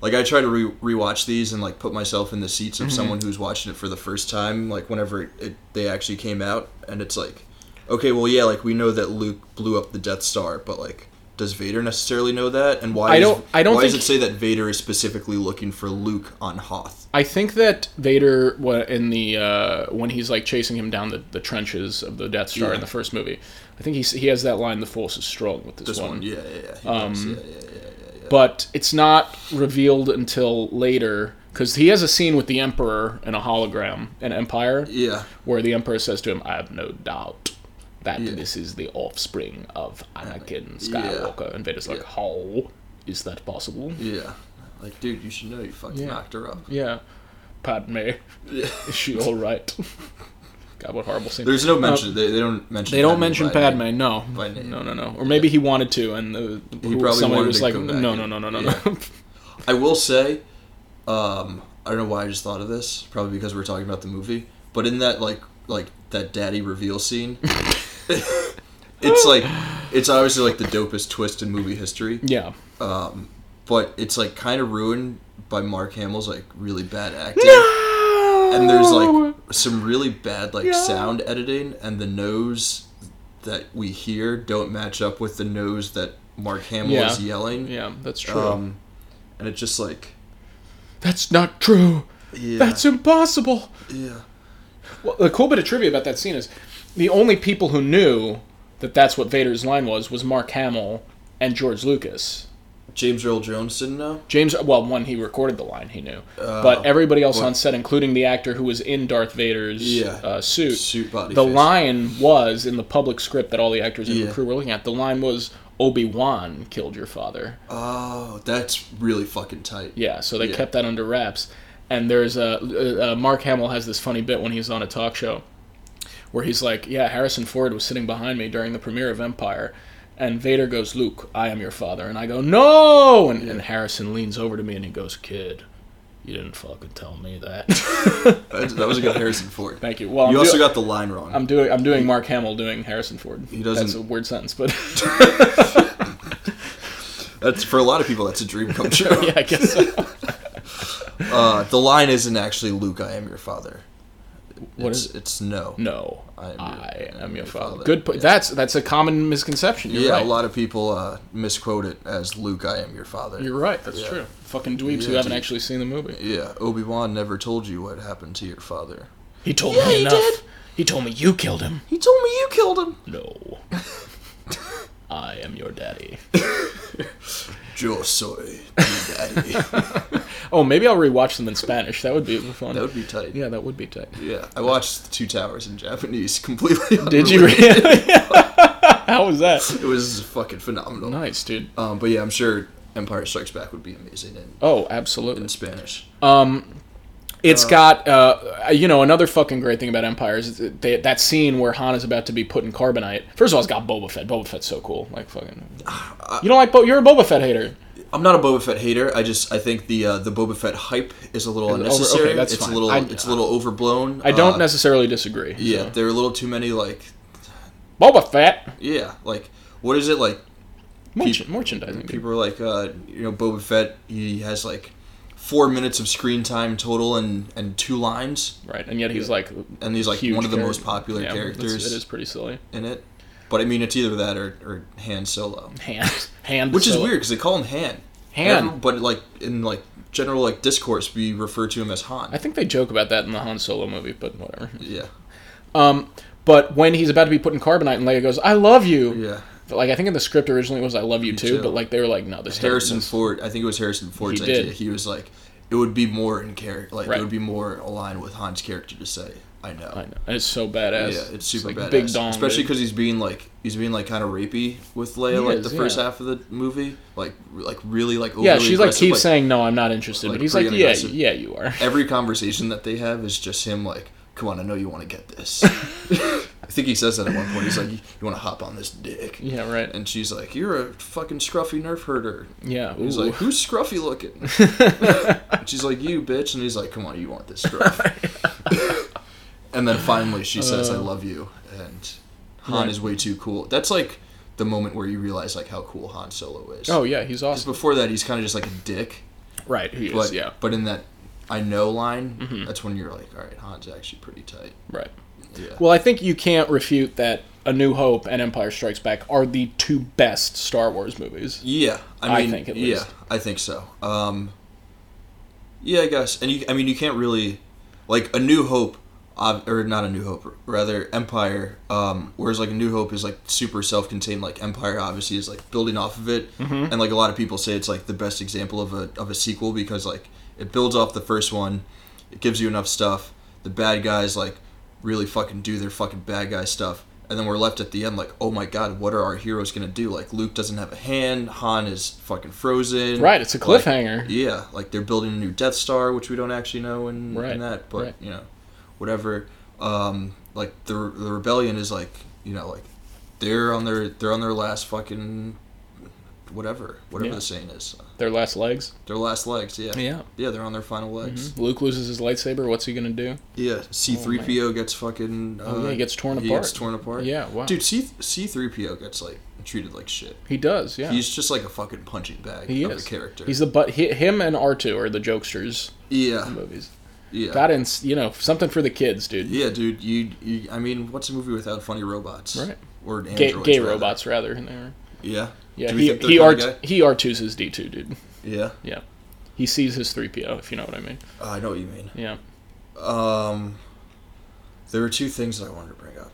[SPEAKER 2] like I try to re- rewatch these and like put myself in the seats of
[SPEAKER 1] Mm-hmm.
[SPEAKER 2] someone who's watching it for the first time, like whenever it, it, they actually came out, and it's like, okay, well yeah, like we know that Luke blew up the Death Star, but like. Does Vader necessarily know that? And why?
[SPEAKER 1] I
[SPEAKER 2] is-
[SPEAKER 1] don't- I don't
[SPEAKER 2] why does
[SPEAKER 1] think-
[SPEAKER 2] it say that Vader is specifically looking for Luke on Hoth?
[SPEAKER 1] i think that vader wa- in the uh, when he's like chasing him down the, the trenches of the death star
[SPEAKER 2] Yeah.
[SPEAKER 1] in the first movie i think he's, he has that line the force is strong with this,
[SPEAKER 2] This
[SPEAKER 1] one,
[SPEAKER 2] one, yeah, yeah, yeah. he
[SPEAKER 1] Um,
[SPEAKER 2] does, yeah, yeah, yeah, yeah, yeah.
[SPEAKER 1] but it's not revealed until later because he has a scene with the emperor in a hologram in empire
[SPEAKER 2] Yeah,
[SPEAKER 1] where the Emperor says to him, I have no doubt that
[SPEAKER 2] Yeah.
[SPEAKER 1] this is the offspring of Anakin Skywalker. And Vader's like,
[SPEAKER 2] Yeah.
[SPEAKER 1] How is that possible?
[SPEAKER 2] yeah. Like, dude, you should know you fucking
[SPEAKER 1] Yeah.
[SPEAKER 2] knocked her up.
[SPEAKER 1] Yeah. Padme,
[SPEAKER 2] Yeah.
[SPEAKER 1] is she alright? God, what horrible scene. Uh,
[SPEAKER 2] There's no mention. they, they don't mention.
[SPEAKER 1] they don't mention
[SPEAKER 2] by name.
[SPEAKER 1] Padme, no.
[SPEAKER 2] by name.
[SPEAKER 1] No, no, no. Or maybe he wanted to, and uh, who-
[SPEAKER 2] probably
[SPEAKER 1] somebody
[SPEAKER 2] wanted
[SPEAKER 1] was
[SPEAKER 2] to
[SPEAKER 1] like,
[SPEAKER 2] come
[SPEAKER 1] no,
[SPEAKER 2] back
[SPEAKER 1] no, no,
[SPEAKER 2] and-
[SPEAKER 1] no, no, no.
[SPEAKER 2] yeah. I will say, um, I don't know why I just thought of this. Probably because we're talking about the movie. But in that like like that daddy reveal scene, it's like it's obviously like the dopest twist in movie history.
[SPEAKER 1] yeah.
[SPEAKER 2] But it's like kind of ruined by Mark Hamill's like really bad acting. and
[SPEAKER 1] And
[SPEAKER 2] there's like some really bad like
[SPEAKER 1] Yeah.
[SPEAKER 2] sound editing and the nose that we hear don't match up with the nose that Mark Hamill
[SPEAKER 1] Yeah.
[SPEAKER 2] is yelling.
[SPEAKER 1] Yeah, that's true.
[SPEAKER 2] Um and it's just like
[SPEAKER 1] that's not true.
[SPEAKER 2] yeah,
[SPEAKER 1] That's impossible.
[SPEAKER 2] yeah.
[SPEAKER 1] Well, the cool bit of trivia about that scene is the only people who knew that that's what Vader's line was was Mark Hamill and George Lucas.
[SPEAKER 2] James Earl Jones didn't know.
[SPEAKER 1] James, well, when he recorded the line, he knew,
[SPEAKER 2] Oh,
[SPEAKER 1] but everybody else on set, including the actor who was in Darth Vader's
[SPEAKER 2] Yeah.
[SPEAKER 1] uh, suit,
[SPEAKER 2] Suit body.
[SPEAKER 1] the
[SPEAKER 2] face.
[SPEAKER 1] line was in the public script that all the actors and
[SPEAKER 2] Yeah.
[SPEAKER 1] the crew were looking at. The line was Obi Wan killed your father.
[SPEAKER 2] Oh, that's really fucking tight.
[SPEAKER 1] Yeah, so they
[SPEAKER 2] Yeah.
[SPEAKER 1] kept that under wraps. And there's a uh, uh, Mark Hamill has this funny bit when he's on a talk show, where he's like, "Yeah, Harrison Ford was sitting behind me during the premiere of Empire." And Vader goes, Luke, I am your father. And I go, no! And, and Harrison leans over to me and he goes, kid, you didn't fucking tell me that.
[SPEAKER 2] That that was a good Harrison Ford.
[SPEAKER 1] Thank you. Well,
[SPEAKER 2] You
[SPEAKER 1] I'm,
[SPEAKER 2] also
[SPEAKER 1] do-
[SPEAKER 2] got the line wrong.
[SPEAKER 1] I'm doing I'm doing Mark Hamill doing Harrison Ford. He
[SPEAKER 2] doesn't-
[SPEAKER 1] That's a weird sentence, but
[SPEAKER 2] That's for a lot of people. That's a dream come true.
[SPEAKER 1] yeah, I guess so.
[SPEAKER 2] uh, the line isn't actually Luke, I am your father.
[SPEAKER 1] What
[SPEAKER 2] it's,
[SPEAKER 1] is
[SPEAKER 2] it's no.
[SPEAKER 1] No,
[SPEAKER 2] I am your-
[SPEAKER 1] I
[SPEAKER 2] I
[SPEAKER 1] am your father. Good. Po- That's that's a common misconception. You're
[SPEAKER 2] yeah,
[SPEAKER 1] right.
[SPEAKER 2] a lot of people uh, misquote it as Luke, I am your father.
[SPEAKER 1] You're right. That's
[SPEAKER 2] Yeah.
[SPEAKER 1] true. Fucking dweebs who
[SPEAKER 2] Yeah,
[SPEAKER 1] haven't
[SPEAKER 2] dude.
[SPEAKER 1] actually seen the movie.
[SPEAKER 2] yeah, Obi Wan never told you what happened to your father.
[SPEAKER 1] He told
[SPEAKER 2] Yeah,
[SPEAKER 1] me
[SPEAKER 2] he
[SPEAKER 1] enough.
[SPEAKER 2] did.
[SPEAKER 1] He told me you killed him.
[SPEAKER 2] He told me you killed him.
[SPEAKER 1] No. I am your daddy.
[SPEAKER 2] Yo soy tu daddy.
[SPEAKER 1] Oh, maybe I'll rewatch them in Spanish. That would be fun.
[SPEAKER 2] that would be tight.
[SPEAKER 1] yeah, that would be tight.
[SPEAKER 2] Yeah, I watched The Two Towers in Japanese completely.
[SPEAKER 1] Did you
[SPEAKER 2] unrelated.
[SPEAKER 1] really? How was that?
[SPEAKER 2] It was fucking phenomenal.
[SPEAKER 1] Nice, dude.
[SPEAKER 2] Um, but yeah, I'm sure Empire Strikes Back would be amazing in,
[SPEAKER 1] Oh, absolutely.
[SPEAKER 2] in Spanish.
[SPEAKER 1] It's got, uh, you know, another fucking great thing about Empire is that they, that scene where Han is about to be put in carbonite. First of all, it's got Boba Fett. Boba Fett's so cool. Like fucking,
[SPEAKER 2] Uh,
[SPEAKER 1] you don't like Bo? You're a Boba Fett hater.
[SPEAKER 2] I'm not a Boba Fett hater. I just I think the uh, the Boba Fett hype is a little
[SPEAKER 1] over-
[SPEAKER 2] unnecessary.
[SPEAKER 1] okay, that's
[SPEAKER 2] it's
[SPEAKER 1] fine.
[SPEAKER 2] a little
[SPEAKER 1] I-
[SPEAKER 2] it's a little overblown.
[SPEAKER 1] I don't
[SPEAKER 2] Uh,
[SPEAKER 1] necessarily disagree.
[SPEAKER 2] Yeah,
[SPEAKER 1] so.
[SPEAKER 2] there are a little too many like
[SPEAKER 1] Boba Fett.
[SPEAKER 2] yeah like what is it like
[SPEAKER 1] Merch- merchandising.
[SPEAKER 2] people are like uh, you know Boba Fett he has like four minutes of screen time total and and two lines
[SPEAKER 1] Right, and yet he's like,
[SPEAKER 2] and he's like
[SPEAKER 1] huge
[SPEAKER 2] one of the
[SPEAKER 1] character.
[SPEAKER 2] most popular
[SPEAKER 1] Yeah, it's-
[SPEAKER 2] characters
[SPEAKER 1] It is pretty silly.
[SPEAKER 2] in it. But I mean it's either that or, or Han Solo,
[SPEAKER 1] Hand, hand,
[SPEAKER 2] which is
[SPEAKER 1] silly.
[SPEAKER 2] weird because they call him Han.
[SPEAKER 1] Han.
[SPEAKER 2] Every- but like in like general like discourse we refer to him as Han.
[SPEAKER 1] I think they joke about that in the Han Solo movie, but whatever.
[SPEAKER 2] yeah,
[SPEAKER 1] But when he's about to be put in carbonite, and Leia goes, "I love you."
[SPEAKER 2] yeah.
[SPEAKER 1] But, Like I think in the script originally it was "I love you too,"
[SPEAKER 2] too.
[SPEAKER 1] but like they were like, "No, this
[SPEAKER 2] Harrison
[SPEAKER 1] doesn't-
[SPEAKER 2] Ford. I think it was Harrison Ford's
[SPEAKER 1] He
[SPEAKER 2] idea.
[SPEAKER 1] did.
[SPEAKER 2] He was like, it would be more in character. Like
[SPEAKER 1] Right.
[SPEAKER 2] it would be more aligned with Han's character to say, "I know."
[SPEAKER 1] I know, and it's so badass.
[SPEAKER 2] Yeah, it's super
[SPEAKER 1] like
[SPEAKER 2] badass.
[SPEAKER 1] Big dong,
[SPEAKER 2] Especially
[SPEAKER 1] dude.
[SPEAKER 2] because he's being like he's being like kind of rapey with Leia,
[SPEAKER 1] He
[SPEAKER 2] like
[SPEAKER 1] is,
[SPEAKER 2] the first
[SPEAKER 1] yeah.
[SPEAKER 2] half of the movie, like re- like really like overly
[SPEAKER 1] yeah, she's like
[SPEAKER 2] aggressive,
[SPEAKER 1] keeps saying, "No, I'm not interested,"
[SPEAKER 2] like,
[SPEAKER 1] but he's like,
[SPEAKER 2] pretty
[SPEAKER 1] "Yeah,
[SPEAKER 2] aggressive.
[SPEAKER 1] yeah, you are."
[SPEAKER 2] every conversation that they have is just him like, "Come on, I know you want to get this." I think he says that at one point. He's like, "You want to hop on this dick?"
[SPEAKER 1] Yeah, right.
[SPEAKER 2] And she's like, "You're a fucking scruffy nerf herder."
[SPEAKER 1] Yeah,
[SPEAKER 2] He's
[SPEAKER 1] ooh.
[SPEAKER 2] like, "Who's scruffy looking?" And she's like, "You bitch," and he's like, "Come on, you want this scruff?" and then finally, she says, "I love you," and Han
[SPEAKER 1] Uh. Right.
[SPEAKER 2] is way too cool. That's like the moment where you realize like how cool Han Solo is.
[SPEAKER 1] "Oh yeah, he's awesome."
[SPEAKER 2] Before that, he's kind of just like a dick,
[SPEAKER 1] Right, he is.
[SPEAKER 2] but
[SPEAKER 1] yeah, Mm-hmm.
[SPEAKER 2] but in that "I know" line, that's when you're like, "All right, Han's actually pretty tight."
[SPEAKER 1] right.
[SPEAKER 2] Yeah.
[SPEAKER 1] Well, I think you can't refute that A New Hope and Empire Strikes Back are the two best Star Wars movies.
[SPEAKER 2] Yeah,
[SPEAKER 1] I
[SPEAKER 2] I mean,
[SPEAKER 1] think at
[SPEAKER 2] yeah,
[SPEAKER 1] least.
[SPEAKER 2] I think so. Um, yeah, I guess, and you, I mean, you can't really like a New Hope, ob- or not a New Hope, rather Empire. Um, whereas like a New Hope is like super self-contained. Like Empire obviously is like building off of it,
[SPEAKER 1] Mm-hmm.
[SPEAKER 2] and like a lot of people say it's like the best example of a of a sequel because like it builds off the first one, it gives you enough stuff. The bad guys like really fucking do their fucking bad guy stuff. And then we're left at the end like, oh my god, what are our heroes gonna do? Like Luke doesn't have a hand, Han is fucking frozen.
[SPEAKER 1] Right, it's a
[SPEAKER 2] Like,
[SPEAKER 1] cliffhanger.
[SPEAKER 2] yeah, like they're building a new Death Star, which we don't actually know in,
[SPEAKER 1] Right,
[SPEAKER 2] in that, but
[SPEAKER 1] right.
[SPEAKER 2] you know, whatever. Um, like the the rebellion is like you know like they're on their they're on their last fucking whatever whatever
[SPEAKER 1] Yeah.
[SPEAKER 2] the saying is
[SPEAKER 1] Their last legs.
[SPEAKER 2] their last legs yeah
[SPEAKER 1] Yeah. Mm-hmm.
[SPEAKER 2] yeah they're on their final legs
[SPEAKER 1] Luke loses his lightsaber. What's he gonna do?
[SPEAKER 2] yeah C three PO gets fucking uh,
[SPEAKER 1] Oh, yeah, he gets torn
[SPEAKER 2] he
[SPEAKER 1] apart.
[SPEAKER 2] gets torn apart
[SPEAKER 1] Yeah, wow.
[SPEAKER 2] dude C C three PO gets like treated like shit
[SPEAKER 1] He does. Yeah.
[SPEAKER 2] he's just like a fucking punching bag
[SPEAKER 1] he
[SPEAKER 2] of
[SPEAKER 1] is.
[SPEAKER 2] a character
[SPEAKER 1] He's the but he, him and R two are the jokesters
[SPEAKER 2] yeah
[SPEAKER 1] movies.
[SPEAKER 2] yeah
[SPEAKER 1] Got in, you know, something for the kids, dude.
[SPEAKER 2] Yeah, dude. You, you. I mean, what's a movie without funny robots?
[SPEAKER 1] Right.
[SPEAKER 2] Or
[SPEAKER 1] Gay,
[SPEAKER 2] androids,
[SPEAKER 1] gay
[SPEAKER 2] rather.
[SPEAKER 1] robots rather. And they were.
[SPEAKER 2] Yeah.
[SPEAKER 1] Yeah.
[SPEAKER 2] Do we
[SPEAKER 1] He
[SPEAKER 2] think they're
[SPEAKER 1] he R
[SPEAKER 2] kinda gay?
[SPEAKER 1] he R twos his D two dude.
[SPEAKER 2] Yeah.
[SPEAKER 1] Yeah. He sees his three PO if you know what I mean.
[SPEAKER 2] Oh, I know what you mean.
[SPEAKER 1] Yeah.
[SPEAKER 2] Um, there were two things that I wanted to bring up.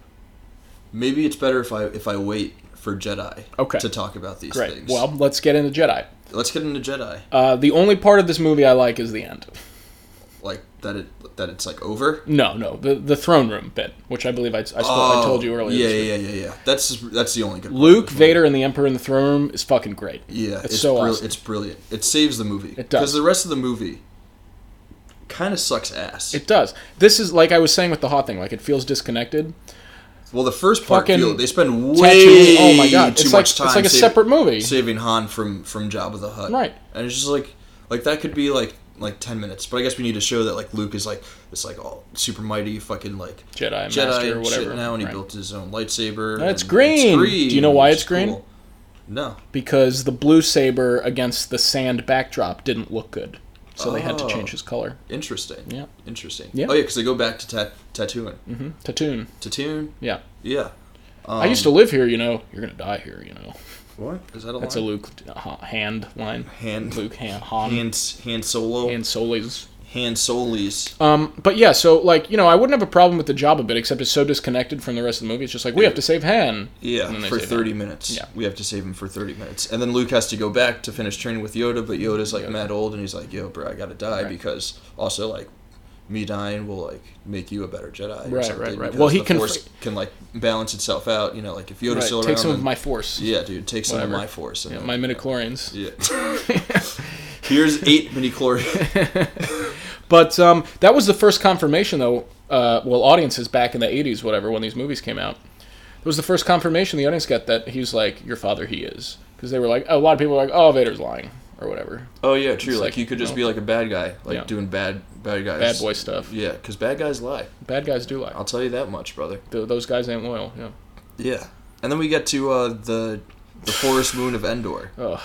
[SPEAKER 2] Maybe it's better if I if I wait for Jedi.
[SPEAKER 1] Okay.
[SPEAKER 2] To talk about these
[SPEAKER 1] Great.
[SPEAKER 2] things.
[SPEAKER 1] Well, let's get into Jedi.
[SPEAKER 2] let's get into Jedi.
[SPEAKER 1] Uh, the only part of this movie I like is the end.
[SPEAKER 2] Like that. It that it's like over.
[SPEAKER 1] No, no, the the throne room bit, which I believe I, I, spoke, I told you earlier.
[SPEAKER 2] Oh, Yeah,
[SPEAKER 1] this week.
[SPEAKER 2] yeah, yeah, yeah. That's that's the only good. part of
[SPEAKER 1] Luke,
[SPEAKER 2] the movie.
[SPEAKER 1] Vader, and the Emperor in the throne room is fucking great.
[SPEAKER 2] Yeah,
[SPEAKER 1] It's so
[SPEAKER 2] brill-
[SPEAKER 1] awesome.
[SPEAKER 2] It's brilliant. It saves the movie.
[SPEAKER 1] It does.
[SPEAKER 2] Because the rest of the movie kind of sucks ass.
[SPEAKER 1] It does. This is like I was saying with the hot thing. Like it feels disconnected.
[SPEAKER 2] Well, the first part,
[SPEAKER 1] Fucking
[SPEAKER 2] feel- they spend
[SPEAKER 1] Tatooine-
[SPEAKER 2] way
[SPEAKER 1] oh my God,
[SPEAKER 2] too
[SPEAKER 1] it's like-
[SPEAKER 2] much
[SPEAKER 1] it's
[SPEAKER 2] time.
[SPEAKER 1] like a
[SPEAKER 2] sav-
[SPEAKER 1] separate movie.
[SPEAKER 2] saving Han from from Jabba the Hutt.
[SPEAKER 1] Right.
[SPEAKER 2] and it's just like like that could be like like ten minutes, but I guess we need to show that like Luke is like this like all super mighty fucking like
[SPEAKER 1] Jedi,
[SPEAKER 2] Jedi
[SPEAKER 1] Master, or
[SPEAKER 2] and
[SPEAKER 1] whatever.
[SPEAKER 2] shit now, and he
[SPEAKER 1] right.
[SPEAKER 2] built his own lightsaber.
[SPEAKER 1] That's
[SPEAKER 2] and
[SPEAKER 1] green. Do you know why
[SPEAKER 2] which
[SPEAKER 1] it's
[SPEAKER 2] is
[SPEAKER 1] green?
[SPEAKER 2] cool. No,
[SPEAKER 1] Because the blue saber against the sand backdrop didn't look good. so they had to
[SPEAKER 2] Oh.
[SPEAKER 1] change his color.
[SPEAKER 2] Interesting.
[SPEAKER 1] Yeah.
[SPEAKER 2] Interesting.
[SPEAKER 1] Yeah.
[SPEAKER 2] Oh yeah, because they go back to ta- tattooing.
[SPEAKER 1] hmm Tattoon.
[SPEAKER 2] Tattooing.
[SPEAKER 1] Yeah.
[SPEAKER 2] Yeah. Um,
[SPEAKER 1] I used to live here, you know. You're gonna die here, you know.
[SPEAKER 2] What is that a
[SPEAKER 1] That's a
[SPEAKER 2] line?
[SPEAKER 1] Luke uh, hand line.
[SPEAKER 2] hand
[SPEAKER 1] Luke hand Han hand,
[SPEAKER 2] hand hand solo hand,
[SPEAKER 1] hand Solis.
[SPEAKER 2] solis.
[SPEAKER 1] Um, but yeah, so like you know, I wouldn't have a problem with the Jabba bit, except it's so disconnected from the rest of the movie. It's just like we have to save Han.
[SPEAKER 2] Yeah,
[SPEAKER 1] And then they
[SPEAKER 2] for
[SPEAKER 1] save
[SPEAKER 2] thirty
[SPEAKER 1] him.
[SPEAKER 2] minutes.
[SPEAKER 1] Yeah.
[SPEAKER 2] We have to save him for thirty minutes, and then Luke has to go back to finish training with Yoda. But Yoda's like mad old, and he's like, "Yo, bro, I gotta die
[SPEAKER 1] Right.
[SPEAKER 2] because also like." Me dying will like make you a better Jedi. or
[SPEAKER 1] Right,
[SPEAKER 2] something,
[SPEAKER 1] right, right.
[SPEAKER 2] because
[SPEAKER 1] Well, he
[SPEAKER 2] the
[SPEAKER 1] conf-
[SPEAKER 2] Force can like balance itself out. You know, like if Yoda's
[SPEAKER 1] Right,
[SPEAKER 2] still around,
[SPEAKER 1] take some of
[SPEAKER 2] then-
[SPEAKER 1] my force.
[SPEAKER 2] yeah, dude, take some
[SPEAKER 1] Whatever.
[SPEAKER 2] of my force. And
[SPEAKER 1] Yeah,
[SPEAKER 2] then-
[SPEAKER 1] my midichlorians.
[SPEAKER 2] Yeah. Here's eight mini chlorians.
[SPEAKER 1] But um, that was the first confirmation, though. Uh, well, audiences back in the '80s, whatever, when these movies came out, it was the first confirmation the audience got that he's like your father. He is because they were like a lot of people were like, oh, Vader's lying or whatever,
[SPEAKER 2] Oh yeah, true. Like,
[SPEAKER 1] like,
[SPEAKER 2] you could just
[SPEAKER 1] no.
[SPEAKER 2] be like a bad guy, like
[SPEAKER 1] Yeah.
[SPEAKER 2] doing bad bad guys.
[SPEAKER 1] bad boy stuff.
[SPEAKER 2] Yeah, because bad guys lie.
[SPEAKER 1] Bad guys do lie.
[SPEAKER 2] I'll tell you that much, brother.
[SPEAKER 1] Th- those guys ain't loyal. Yeah.
[SPEAKER 2] Yeah. And then we get to uh, the the forest moon of Endor.
[SPEAKER 1] Ugh.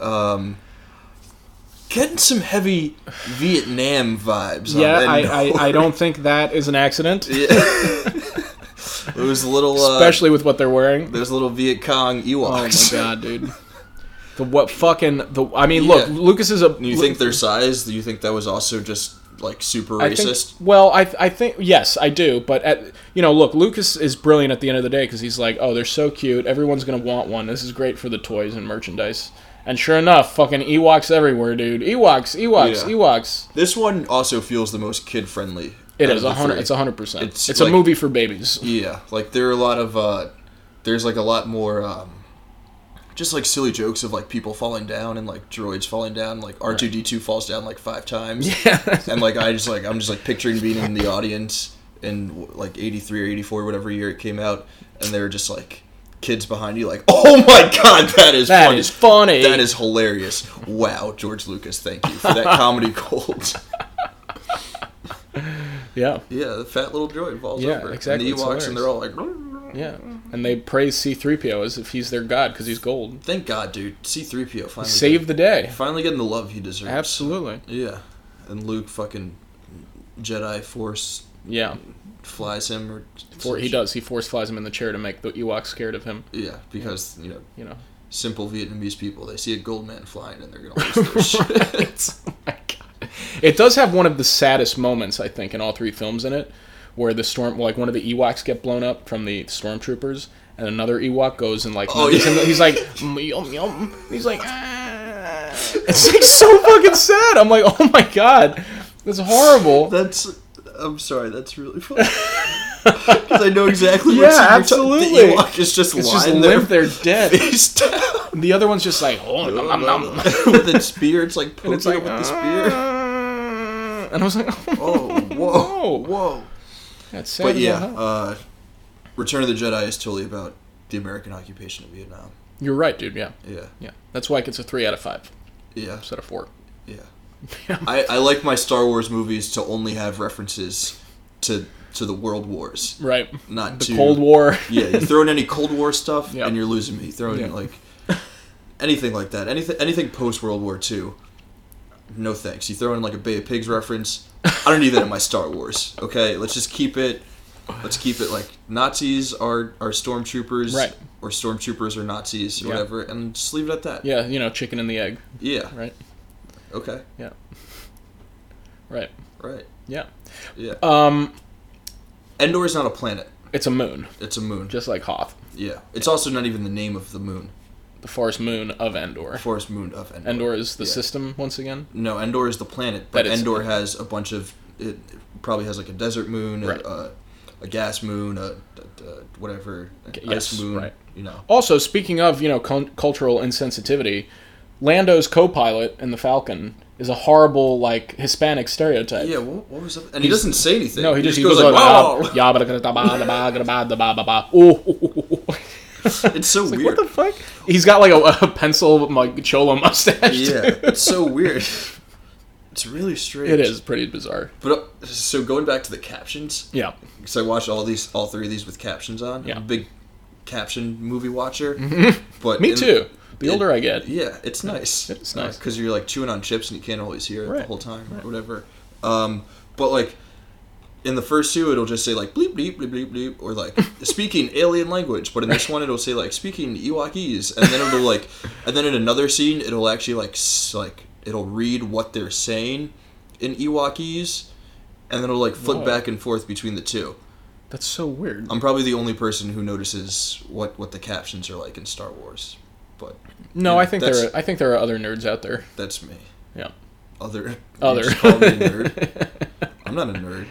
[SPEAKER 2] Um, getting some heavy Vietnam vibes.
[SPEAKER 1] Yeah,
[SPEAKER 2] on Endor.
[SPEAKER 1] I, I, I don't think that is an accident,
[SPEAKER 2] It was a little uh,
[SPEAKER 1] especially with what they're wearing.
[SPEAKER 2] There's little Viet Cong
[SPEAKER 1] Oh my
[SPEAKER 2] Ewoks.
[SPEAKER 1] god, dude. The what fucking the I mean, look,
[SPEAKER 2] Yeah.
[SPEAKER 1] Lucas is a.
[SPEAKER 2] Do you think their size? Do you think that was also just like super
[SPEAKER 1] I think-
[SPEAKER 2] racist?
[SPEAKER 1] well, I, I think yes, I do. But at you know, look, Lucas is brilliant at the end of the day because he's like, oh, they're so cute. Everyone's gonna want one. This is great for the toys and merchandise. And sure enough, fucking Ewoks everywhere, dude. Ewoks, Ewoks,
[SPEAKER 2] Yeah.
[SPEAKER 1] Ewoks.
[SPEAKER 2] This one also feels the most kid friendly.
[SPEAKER 1] It is a hundred. It's a hundred percent.
[SPEAKER 2] It's
[SPEAKER 1] It's, a
[SPEAKER 2] like-
[SPEAKER 1] movie for babies.
[SPEAKER 2] Yeah, like there are a lot of uh there's like a lot more um just like silly jokes of like people falling down and like droids falling down, like R two D two falls down like five times.
[SPEAKER 1] Yeah.
[SPEAKER 2] And like I just like I'm just like picturing being in the audience in like eighty three or eighty four, whatever year it came out, and there were just like kids behind you like, Oh my god, that is
[SPEAKER 1] That
[SPEAKER 2] funny.
[SPEAKER 1] is funny.
[SPEAKER 2] that is hilarious. Wow, George Lucas, thank you for that comedy gold.
[SPEAKER 1] yeah.
[SPEAKER 2] Yeah, the fat little droid falls
[SPEAKER 1] Yeah,
[SPEAKER 2] over.
[SPEAKER 1] exactly,
[SPEAKER 2] And
[SPEAKER 1] it's
[SPEAKER 2] the Ewoks, and they're all like,
[SPEAKER 1] Yeah, and they praise C-3PO as if he's their god because he's gold.
[SPEAKER 2] Thank God, dude. C-3PO finally
[SPEAKER 1] Save the day.
[SPEAKER 2] get- finally getting the love he deserves.
[SPEAKER 1] Absolutely.
[SPEAKER 2] Yeah. And Luke fucking Jedi Force
[SPEAKER 1] Yeah.
[SPEAKER 2] flies him or
[SPEAKER 1] For, he does. He force flies him in the chair to make the Ewoks scared of him.
[SPEAKER 2] Yeah, because you know,
[SPEAKER 1] You know.
[SPEAKER 2] simple Vietnamese people, they see a gold man flying and they're gonna lose their shit.
[SPEAKER 1] Oh my God. It does have one of the saddest moments I think in all three films in it, where the storm, like one of the Ewoks get blown up from the stormtroopers, and another Ewok goes and like
[SPEAKER 2] Oh,
[SPEAKER 1] he's,
[SPEAKER 2] yeah.
[SPEAKER 1] he's like "Mm, yum yum. He's like ah. It's like so fucking sad. I'm like, oh my god, that's horrible.
[SPEAKER 2] That's I'm sorry, that's really funny. Because I know exactly
[SPEAKER 1] Yeah,
[SPEAKER 2] what you're
[SPEAKER 1] absolutely.
[SPEAKER 2] Ta- the Ewok is just
[SPEAKER 1] it's just
[SPEAKER 2] lying
[SPEAKER 1] limp.
[SPEAKER 2] there
[SPEAKER 1] They're dead.
[SPEAKER 2] face down
[SPEAKER 1] The other one's just like, oh, nom, nom, nom.
[SPEAKER 2] with its spear, it's like poking
[SPEAKER 1] It's like,
[SPEAKER 2] him with the spear.
[SPEAKER 1] "Ah." And I was like, oh,
[SPEAKER 2] Oh, whoa,
[SPEAKER 1] No.
[SPEAKER 2] whoa.
[SPEAKER 1] that's sad.
[SPEAKER 2] But
[SPEAKER 1] as
[SPEAKER 2] yeah,
[SPEAKER 1] hell.
[SPEAKER 2] uh, Return of the Jedi is totally about the American occupation of Vietnam.
[SPEAKER 1] you're right, dude. Yeah,
[SPEAKER 2] Yeah,
[SPEAKER 1] yeah. That's why it gets a three out of five
[SPEAKER 2] yeah,
[SPEAKER 1] instead of four.
[SPEAKER 2] yeah. I, I like my Star Wars movies to only have references to to the World Wars,
[SPEAKER 1] right.
[SPEAKER 2] not
[SPEAKER 1] The
[SPEAKER 2] to
[SPEAKER 1] Cold War.
[SPEAKER 2] Yeah, you throw in any Cold War stuff,
[SPEAKER 1] Yeah.
[SPEAKER 2] and you're losing me. Throw in
[SPEAKER 1] Yeah.
[SPEAKER 2] like anything like that, anything anything post World War II. No thanks. You throw in like a Bay of Pigs reference. I don't need that in my Star Wars. Okay, let's just keep it. Let's keep it like Nazis are are stormtroopers,
[SPEAKER 1] Right.
[SPEAKER 2] Or stormtroopers are Nazis, or
[SPEAKER 1] Yeah.
[SPEAKER 2] whatever, and just leave it at that.
[SPEAKER 1] Yeah, you know, chicken and the egg.
[SPEAKER 2] Yeah.
[SPEAKER 1] Right.
[SPEAKER 2] Okay.
[SPEAKER 1] Right.
[SPEAKER 2] Right.
[SPEAKER 1] Yeah.
[SPEAKER 2] Yeah.
[SPEAKER 1] Um,
[SPEAKER 2] Endor is not a planet.
[SPEAKER 1] it's a moon,
[SPEAKER 2] It's a moon.
[SPEAKER 1] just like Hoth,
[SPEAKER 2] Yeah. It's also not even the name of the moon.
[SPEAKER 1] the forest moon of Endor.
[SPEAKER 2] Forest moon of Endor.
[SPEAKER 1] Endor is the
[SPEAKER 2] Yeah.
[SPEAKER 1] system once again.
[SPEAKER 2] No, Endor is the planet, but
[SPEAKER 1] That is-
[SPEAKER 2] Endor has a bunch of. It probably has like a desert moon, a-
[SPEAKER 1] Right.
[SPEAKER 2] a, a gas moon, a, a, a whatever an
[SPEAKER 1] G-
[SPEAKER 2] ice
[SPEAKER 1] yes,
[SPEAKER 2] moon.
[SPEAKER 1] right.
[SPEAKER 2] You know.
[SPEAKER 1] Also, speaking of you know cul cultural insensitivity, Lando's co-pilot in the Falcon is a horrible like Hispanic stereotype.
[SPEAKER 2] Yeah. What, what was that? And he doesn't say anything.
[SPEAKER 1] No, he, just,
[SPEAKER 2] just
[SPEAKER 1] he goes,
[SPEAKER 2] like,
[SPEAKER 1] like,
[SPEAKER 2] "Wow."
[SPEAKER 1] "Yabba da da ba da ba da ba da ba da ba." Ooh.
[SPEAKER 2] It's so
[SPEAKER 1] Like, what
[SPEAKER 2] weird.
[SPEAKER 1] the fuck? He's got like a, a pencil like cholo mustache.
[SPEAKER 2] yeah.
[SPEAKER 1] too.
[SPEAKER 2] It's so weird. It's really strange.
[SPEAKER 1] it is pretty bizarre.
[SPEAKER 2] But uh, so going back to the captions,
[SPEAKER 1] Yeah,
[SPEAKER 2] because I watched all these, all three of these with captions on. I'm
[SPEAKER 1] Yeah. Mm-hmm.
[SPEAKER 2] a big caption movie watcher. But
[SPEAKER 1] Me
[SPEAKER 2] in-
[SPEAKER 1] too. The
[SPEAKER 2] it-
[SPEAKER 1] older I get,
[SPEAKER 2] Yeah, it's nice.
[SPEAKER 1] It's nice.
[SPEAKER 2] because you're like chewing on chips and you can't always hear it
[SPEAKER 1] Right,
[SPEAKER 2] the whole time or whatever. Um, but like in the first two, it'll just say like bleep bleep bleep bleep bleep or like speaking alien language. But in this one, it'll say like speaking Ewokese, and then it'll like, and then in another scene, it'll actually like s- like it'll read what they're saying in Ewokese, and then it'll like flip
[SPEAKER 1] Whoa.
[SPEAKER 2] back and forth between the two.
[SPEAKER 1] that's so weird.
[SPEAKER 2] I'm probably the only person who notices what what the captions are like in Star Wars, but
[SPEAKER 1] no,
[SPEAKER 2] yeah,
[SPEAKER 1] I think there
[SPEAKER 2] that's-
[SPEAKER 1] are, I think there are other nerds out there.
[SPEAKER 2] that's me.
[SPEAKER 1] Yeah,
[SPEAKER 2] Other you
[SPEAKER 1] other.
[SPEAKER 2] just call me a nerd. I'm not a nerd.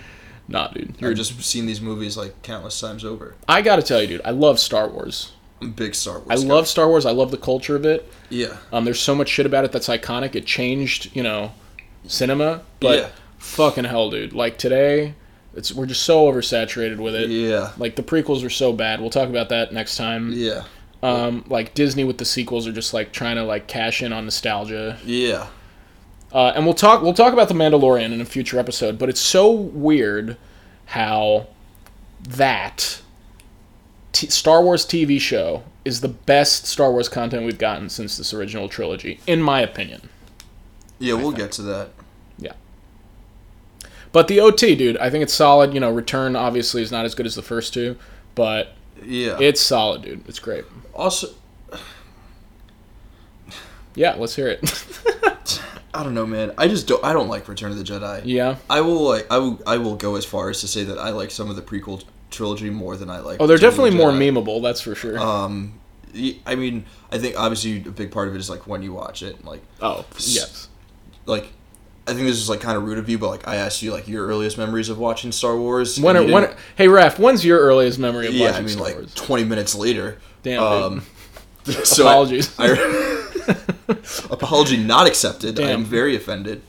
[SPEAKER 1] nah, dude. You're
[SPEAKER 2] I've just seen these movies like countless times over.
[SPEAKER 1] I gotta tell you, dude. I love Star Wars.
[SPEAKER 2] I'm a big Star Wars.
[SPEAKER 1] I
[SPEAKER 2] guy.
[SPEAKER 1] love Star Wars. I love the culture of it.
[SPEAKER 2] Yeah,
[SPEAKER 1] Um, there's so much shit about it that's iconic. It changed, you know, cinema. But
[SPEAKER 2] Yeah.
[SPEAKER 1] fucking hell, dude. Like today, it's we're just so oversaturated with it.
[SPEAKER 2] yeah,
[SPEAKER 1] Like the prequels are so bad. We'll talk about that next time.
[SPEAKER 2] yeah,
[SPEAKER 1] Um, like Disney with the sequels are just like trying to like cash in on nostalgia.
[SPEAKER 2] yeah,
[SPEAKER 1] Uh, and we'll talk we'll talk about the Mandalorian in a future episode. But it's so weird how that t- Star Wars TV show is the best Star Wars content we've gotten since this original trilogy, in my opinion.
[SPEAKER 2] yeah. We'll get to that.
[SPEAKER 1] But the OT, dude, I think it's solid. You know, Return obviously is not as good as the first two, but
[SPEAKER 2] Yeah.
[SPEAKER 1] it's solid, dude. It's great.
[SPEAKER 2] also,
[SPEAKER 1] Yeah, let's hear it.
[SPEAKER 2] I don't know, man. I just don't. I don't like Return of the Jedi.
[SPEAKER 1] yeah.
[SPEAKER 2] I will like. I will. I will go as far as to say that I like some of the prequel trilogy more than I like.
[SPEAKER 1] Oh, they're
[SPEAKER 2] Return of the
[SPEAKER 1] definitely more
[SPEAKER 2] Jedi.
[SPEAKER 1] memeable, that's for sure.
[SPEAKER 2] Um, y- I mean, I think obviously a big part of it is like when you watch it, like
[SPEAKER 1] oh, yes.
[SPEAKER 2] like. I think this is like kind of rude of you, but like I asked you like your earliest memories of watching Star Wars.
[SPEAKER 1] When,
[SPEAKER 2] and
[SPEAKER 1] are,
[SPEAKER 2] you
[SPEAKER 1] when
[SPEAKER 2] didn't-
[SPEAKER 1] hey, Raph, when's your earliest memory of
[SPEAKER 2] yeah,
[SPEAKER 1] watching
[SPEAKER 2] I mean
[SPEAKER 1] Star
[SPEAKER 2] like
[SPEAKER 1] Wars?
[SPEAKER 2] twenty minutes later.
[SPEAKER 1] Damn,
[SPEAKER 2] um, so I-
[SPEAKER 1] Apologies.
[SPEAKER 2] I- apology not accepted. I
[SPEAKER 1] Damn.
[SPEAKER 2] am very offended.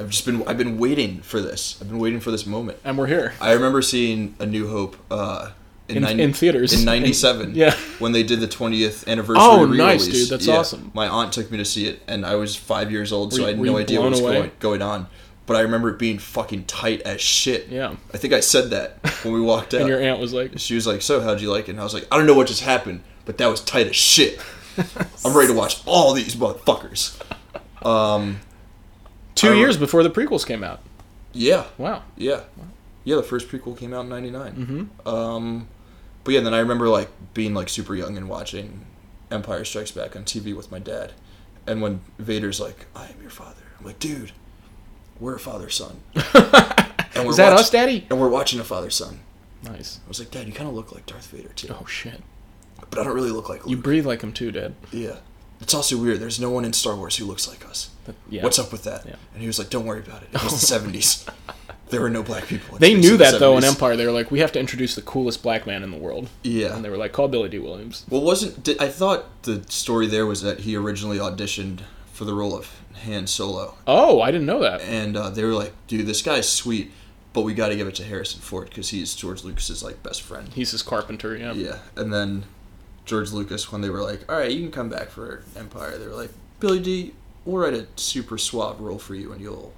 [SPEAKER 2] I've just been I've been waiting for this. I've been waiting for this moment.
[SPEAKER 1] and we're here.
[SPEAKER 2] I remember seeing A New Hope uh, in,
[SPEAKER 1] In- in theaters.
[SPEAKER 2] in '97.
[SPEAKER 1] Yeah.
[SPEAKER 2] when they did the 20th anniversary.
[SPEAKER 1] Oh,
[SPEAKER 2] re-release.
[SPEAKER 1] nice, dude. That's awesome.
[SPEAKER 2] My aunt took me to see it, and I was five years old, so
[SPEAKER 1] Were-
[SPEAKER 2] I had
[SPEAKER 1] were you
[SPEAKER 2] no idea
[SPEAKER 1] blown
[SPEAKER 2] what was
[SPEAKER 1] away?
[SPEAKER 2] going, going on. But I remember it being fucking tight as shit.
[SPEAKER 1] Yeah.
[SPEAKER 2] I think I said that when we walked out.
[SPEAKER 1] And your aunt was like,
[SPEAKER 2] she was like, "So, how'd you like it?" And I was like, "I don't know what just happened, but that was tight as shit. I'm ready to watch all these motherfuckers."
[SPEAKER 1] two
[SPEAKER 2] I re-
[SPEAKER 1] years before the prequels came out.
[SPEAKER 2] Yeah.
[SPEAKER 1] Wow.
[SPEAKER 2] Yeah. Yeah, the first prequel came out in 99. Mm-hmm. Um, but yeah, then I remember like being like super young and watching Empire Strikes Back on TV with my dad. And when Vader's like, "I am your father." I'm like, "Dude, we're a father son." and we're
[SPEAKER 1] Is that
[SPEAKER 2] watch-
[SPEAKER 1] us, Daddy?
[SPEAKER 2] And we're watching a father son.
[SPEAKER 1] Nice.
[SPEAKER 2] I was like, "Dad, you kind of look like Darth Vader too."
[SPEAKER 1] Oh, shit.
[SPEAKER 2] But I don't really look like Luke.
[SPEAKER 1] You breathe like him too, Dad.
[SPEAKER 2] yeah. It's also weird. There's no one in Star Wars who looks like us.
[SPEAKER 1] But- yeah.
[SPEAKER 2] What's up with that?
[SPEAKER 1] Yeah.
[SPEAKER 2] And he was like, "Don't worry about it. It was the '70s. There were no black people." in
[SPEAKER 1] They
[SPEAKER 2] space
[SPEAKER 1] knew
[SPEAKER 2] in the
[SPEAKER 1] that, though, in
[SPEAKER 2] 70s.
[SPEAKER 1] Empire. They were like, we have to introduce the coolest black man in the world.
[SPEAKER 2] Yeah.
[SPEAKER 1] And they were like, call Billy D. Williams.
[SPEAKER 2] Well, wasn't did, I thought the story there was that he originally auditioned for the role of Han Solo,
[SPEAKER 1] Oh, I didn't know that.
[SPEAKER 2] and uh, they were like, "Dude, this guy's sweet, but we got to give it to Harrison Ford because he's George Lucas's like best friend."
[SPEAKER 1] He's his carpenter, yeah.
[SPEAKER 2] Yeah, and then George Lucas, when they were like, "All right, you can come back for Empire," they were like, "Billy D, we'll write a super suave role for you, and you'll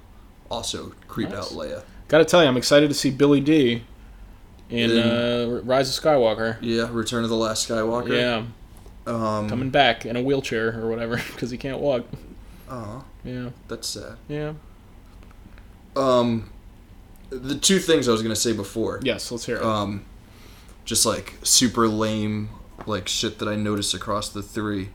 [SPEAKER 2] also creep
[SPEAKER 1] Nice.
[SPEAKER 2] out Leia."
[SPEAKER 1] Gotta tell you, I'm excited to see Billy D in
[SPEAKER 2] In-
[SPEAKER 1] uh, R- Rise of Skywalker.
[SPEAKER 2] Yeah, Return of the Last Skywalker.
[SPEAKER 1] Yeah,
[SPEAKER 2] Um,
[SPEAKER 1] coming back in a wheelchair or whatever because he can't walk.
[SPEAKER 2] aw,
[SPEAKER 1] Yeah,
[SPEAKER 2] that's sad.
[SPEAKER 1] yeah.
[SPEAKER 2] Um, the two things I was gonna say before.
[SPEAKER 1] Yes, let's hear it.
[SPEAKER 2] um, just like super lame like shit that I noticed across the three.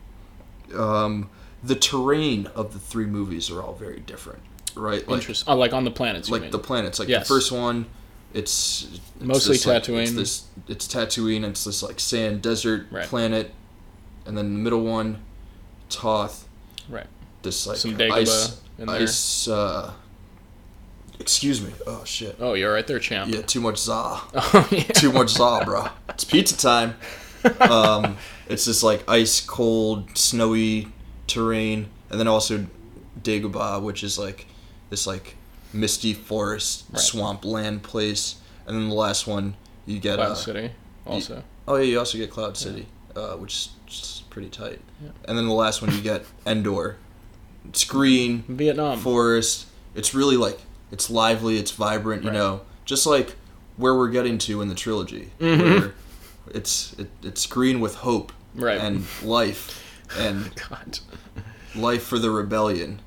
[SPEAKER 2] Um, the terrain of the three movies are all very different, right? Like,
[SPEAKER 1] Interesting. Oh, like on the planets, you
[SPEAKER 2] like
[SPEAKER 1] mean?
[SPEAKER 2] the planets. Like
[SPEAKER 1] Yes.
[SPEAKER 2] the first one, it's, it's
[SPEAKER 1] Mostly
[SPEAKER 2] this, like, it's
[SPEAKER 1] Tatooine.
[SPEAKER 2] this it's Tatooine. It's this like sand desert
[SPEAKER 1] Right.
[SPEAKER 2] planet, and then the middle one, Toth.
[SPEAKER 1] Right.
[SPEAKER 2] This like
[SPEAKER 1] Some Dagobah
[SPEAKER 2] ice
[SPEAKER 1] in there.
[SPEAKER 2] ice. Uh, excuse me. Oh shit.
[SPEAKER 1] Oh, you're right there, champ.
[SPEAKER 2] Yeah, too much za
[SPEAKER 1] Oh, yeah.
[SPEAKER 2] too much za, bro. It's pizza time. Um, it's just like ice cold, snowy terrain, and then also Dagobah, which is like this like misty forest,
[SPEAKER 1] Right.
[SPEAKER 2] swamp land place, and then the last one you get.
[SPEAKER 1] Cloud
[SPEAKER 2] Uh,
[SPEAKER 1] City, eh? also.
[SPEAKER 2] oh yeah, you also get Cloud City, uh, which is just pretty tight. And then the last one you get Endor. It's green
[SPEAKER 1] Vietnam.
[SPEAKER 2] forest. It's really like it's lively, it's vibrant, you
[SPEAKER 1] Right.
[SPEAKER 2] know, just like where we're getting to in the trilogy, where It's it, it's green with hope
[SPEAKER 1] Mm-hmm. Right.
[SPEAKER 2] and life and
[SPEAKER 1] God.
[SPEAKER 2] life for the rebellion,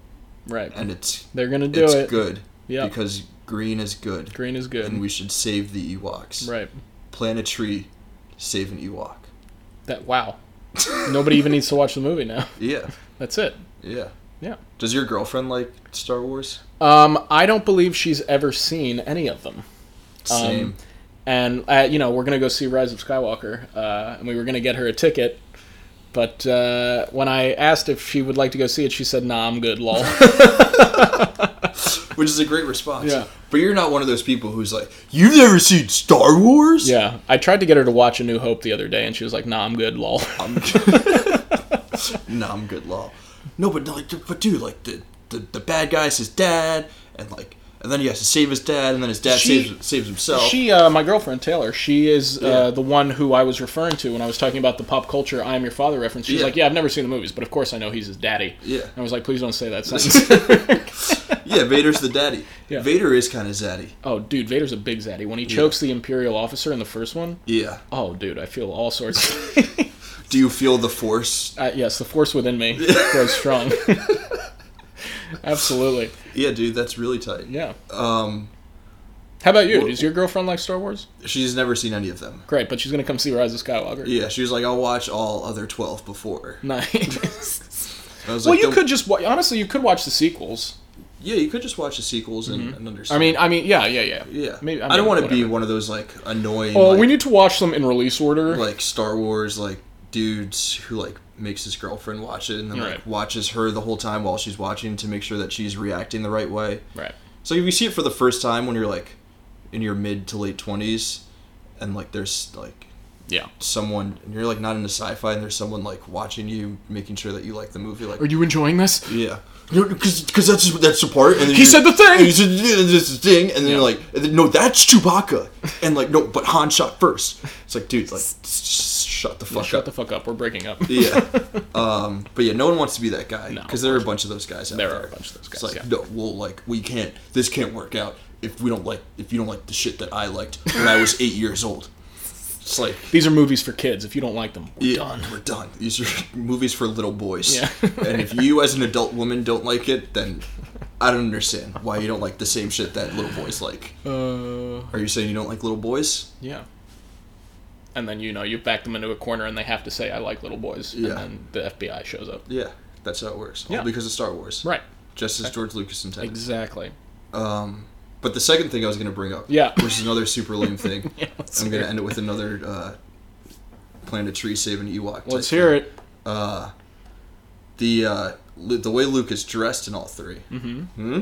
[SPEAKER 1] Right.
[SPEAKER 2] and it's
[SPEAKER 1] They're gonna do
[SPEAKER 2] it's
[SPEAKER 1] it.
[SPEAKER 2] good
[SPEAKER 1] Yep.
[SPEAKER 2] because green is good,
[SPEAKER 1] Green is good.
[SPEAKER 2] and we should save the Ewoks.
[SPEAKER 1] right.
[SPEAKER 2] Plant a tree, save an Ewok.
[SPEAKER 1] That wow. Nobody even needs to watch the movie now.
[SPEAKER 2] Yeah,
[SPEAKER 1] That's it.
[SPEAKER 2] yeah,
[SPEAKER 1] Yeah.
[SPEAKER 2] Does your girlfriend like Star Wars?
[SPEAKER 1] Um, I don't believe she's ever seen any of them. Um,
[SPEAKER 2] Same.
[SPEAKER 1] And uh, you know, we're gonna go see Rise of Skywalker, uh, and we were gonna get her a ticket. But uh, when I asked if she would like to go see it, she said, "Nah, I'm good, lol."
[SPEAKER 2] Which is a great response.
[SPEAKER 1] Yeah.
[SPEAKER 2] But you're not one of those people who's like, you've never seen Star Wars?
[SPEAKER 1] yeah, I tried to get her to watch A New Hope the other day, and she was like, "Nah, I'm good, lol."
[SPEAKER 2] I'm no, I'm good, lol. No, but like, but dude, like the, the the bad guy's his dad, and like, and then he has to save his dad, and then his dad
[SPEAKER 1] She-
[SPEAKER 2] saves saves himself.
[SPEAKER 1] She, uh, my girlfriend Taylor, she is uh,
[SPEAKER 2] Yeah.
[SPEAKER 1] the one who I was referring to when I was talking about the pop culture "I Am Your Father" reference. She's
[SPEAKER 2] Yeah.
[SPEAKER 1] like, "Yeah, I've never seen the movies, but of course I know he's his daddy."
[SPEAKER 2] Yeah.
[SPEAKER 1] I was like, "Please don't say that sentence."
[SPEAKER 2] yeah, Vader's the daddy.
[SPEAKER 1] Yeah.
[SPEAKER 2] Vader is kind of zaddy.
[SPEAKER 1] oh, dude, Vader's a big zaddy. When he chokes the Imperial officer in the first one,
[SPEAKER 2] Yeah.
[SPEAKER 1] oh, dude, I feel all sorts.
[SPEAKER 2] Do you feel the force?
[SPEAKER 1] uh, yes, the force within me grows strong. Absolutely,
[SPEAKER 2] Yeah, dude, that's really tight.
[SPEAKER 1] yeah.
[SPEAKER 2] Um,
[SPEAKER 1] How about you?
[SPEAKER 2] Wha-
[SPEAKER 1] Does your girlfriend like Star Wars?
[SPEAKER 2] she's never seen any of them.
[SPEAKER 1] Great, but she's gonna come see Rise of Skywalker.
[SPEAKER 2] Yeah, she was like, I'll watch all other twelve before.
[SPEAKER 1] Nice.
[SPEAKER 2] I was
[SPEAKER 1] well,
[SPEAKER 2] like,
[SPEAKER 1] you
[SPEAKER 2] "Don't-
[SPEAKER 1] could just wa- honestly, you could watch the sequels.
[SPEAKER 2] Yeah, you could just watch the sequels and, and
[SPEAKER 1] Mm-hmm. I
[SPEAKER 2] understand.
[SPEAKER 1] mean, I mean, yeah, yeah, yeah.
[SPEAKER 2] yeah.
[SPEAKER 1] Maybe,
[SPEAKER 2] I, don't
[SPEAKER 1] mean,
[SPEAKER 2] want to be
[SPEAKER 1] whatever.
[SPEAKER 2] one of those like annoying
[SPEAKER 1] Oh,
[SPEAKER 2] like,
[SPEAKER 1] we need to watch them in release order.
[SPEAKER 2] like Star Wars like dudes who like makes his girlfriend watch it and then like
[SPEAKER 1] Right.
[SPEAKER 2] watches her the whole time while she's watching to make sure that she's reacting the right way.
[SPEAKER 1] right.
[SPEAKER 2] So if you see it for the first time when you're like in your mid to late twenties and like there's like
[SPEAKER 1] Yeah.
[SPEAKER 2] someone and you're like not into sci-fi and there's someone like watching you making sure that you like the movie like
[SPEAKER 1] Are you enjoying this?
[SPEAKER 2] yeah, because that's that's the part. And then
[SPEAKER 1] He
[SPEAKER 2] you-
[SPEAKER 1] said the thing!
[SPEAKER 2] and He said "Yeah, this is the thing, and then you're
[SPEAKER 1] Yeah.
[SPEAKER 2] like, and then, no, that's Chewbacca, and like no, but Han shot first. It's like, dude, like, s- s- shut the fuck
[SPEAKER 1] Shut
[SPEAKER 2] up.
[SPEAKER 1] the fuck up. We're breaking up.
[SPEAKER 2] yeah, um, but yeah, no one wants to be that guy
[SPEAKER 1] No,
[SPEAKER 2] because there are a bunch of those guys out there.
[SPEAKER 1] There are a bunch of those
[SPEAKER 2] It's
[SPEAKER 1] guys,
[SPEAKER 2] like,
[SPEAKER 1] yeah.
[SPEAKER 2] no, well, like we can't. This can't work out if we don't like if you don't like the shit that I liked when I was eight years old. It's like
[SPEAKER 1] These are movies for kids. If you don't like them, we're
[SPEAKER 2] yeah,
[SPEAKER 1] done.
[SPEAKER 2] We're done. These are movies for little boys.
[SPEAKER 1] Yeah.
[SPEAKER 2] and if you, as an adult woman, don't like it, then I don't understand why you don't like the same shit that little boys like.
[SPEAKER 1] Uh,
[SPEAKER 2] Are you saying you don't like little boys?
[SPEAKER 1] yeah. And then you know you back them into a corner, and they have to say, "I like little boys," and
[SPEAKER 2] Yeah.
[SPEAKER 1] then the FBI shows up.
[SPEAKER 2] Yeah, that's how it works. All
[SPEAKER 1] Yeah.
[SPEAKER 2] because of Star Wars.
[SPEAKER 1] Right.
[SPEAKER 2] Just as George Lucas intended.
[SPEAKER 1] Exactly.
[SPEAKER 2] Um, but the second thing I was going to bring up,
[SPEAKER 1] Yeah.
[SPEAKER 2] which is another super lame thing,
[SPEAKER 1] Yeah, let's
[SPEAKER 2] I'm
[SPEAKER 1] hear
[SPEAKER 2] going to end it with another uh, plant a tree, save an Ewok. type
[SPEAKER 1] Let's hear
[SPEAKER 2] thing.
[SPEAKER 1] it.
[SPEAKER 2] Uh, the uh, Lu- the way Luke is dressed in all three.
[SPEAKER 1] Mm-hmm.
[SPEAKER 2] Hmm.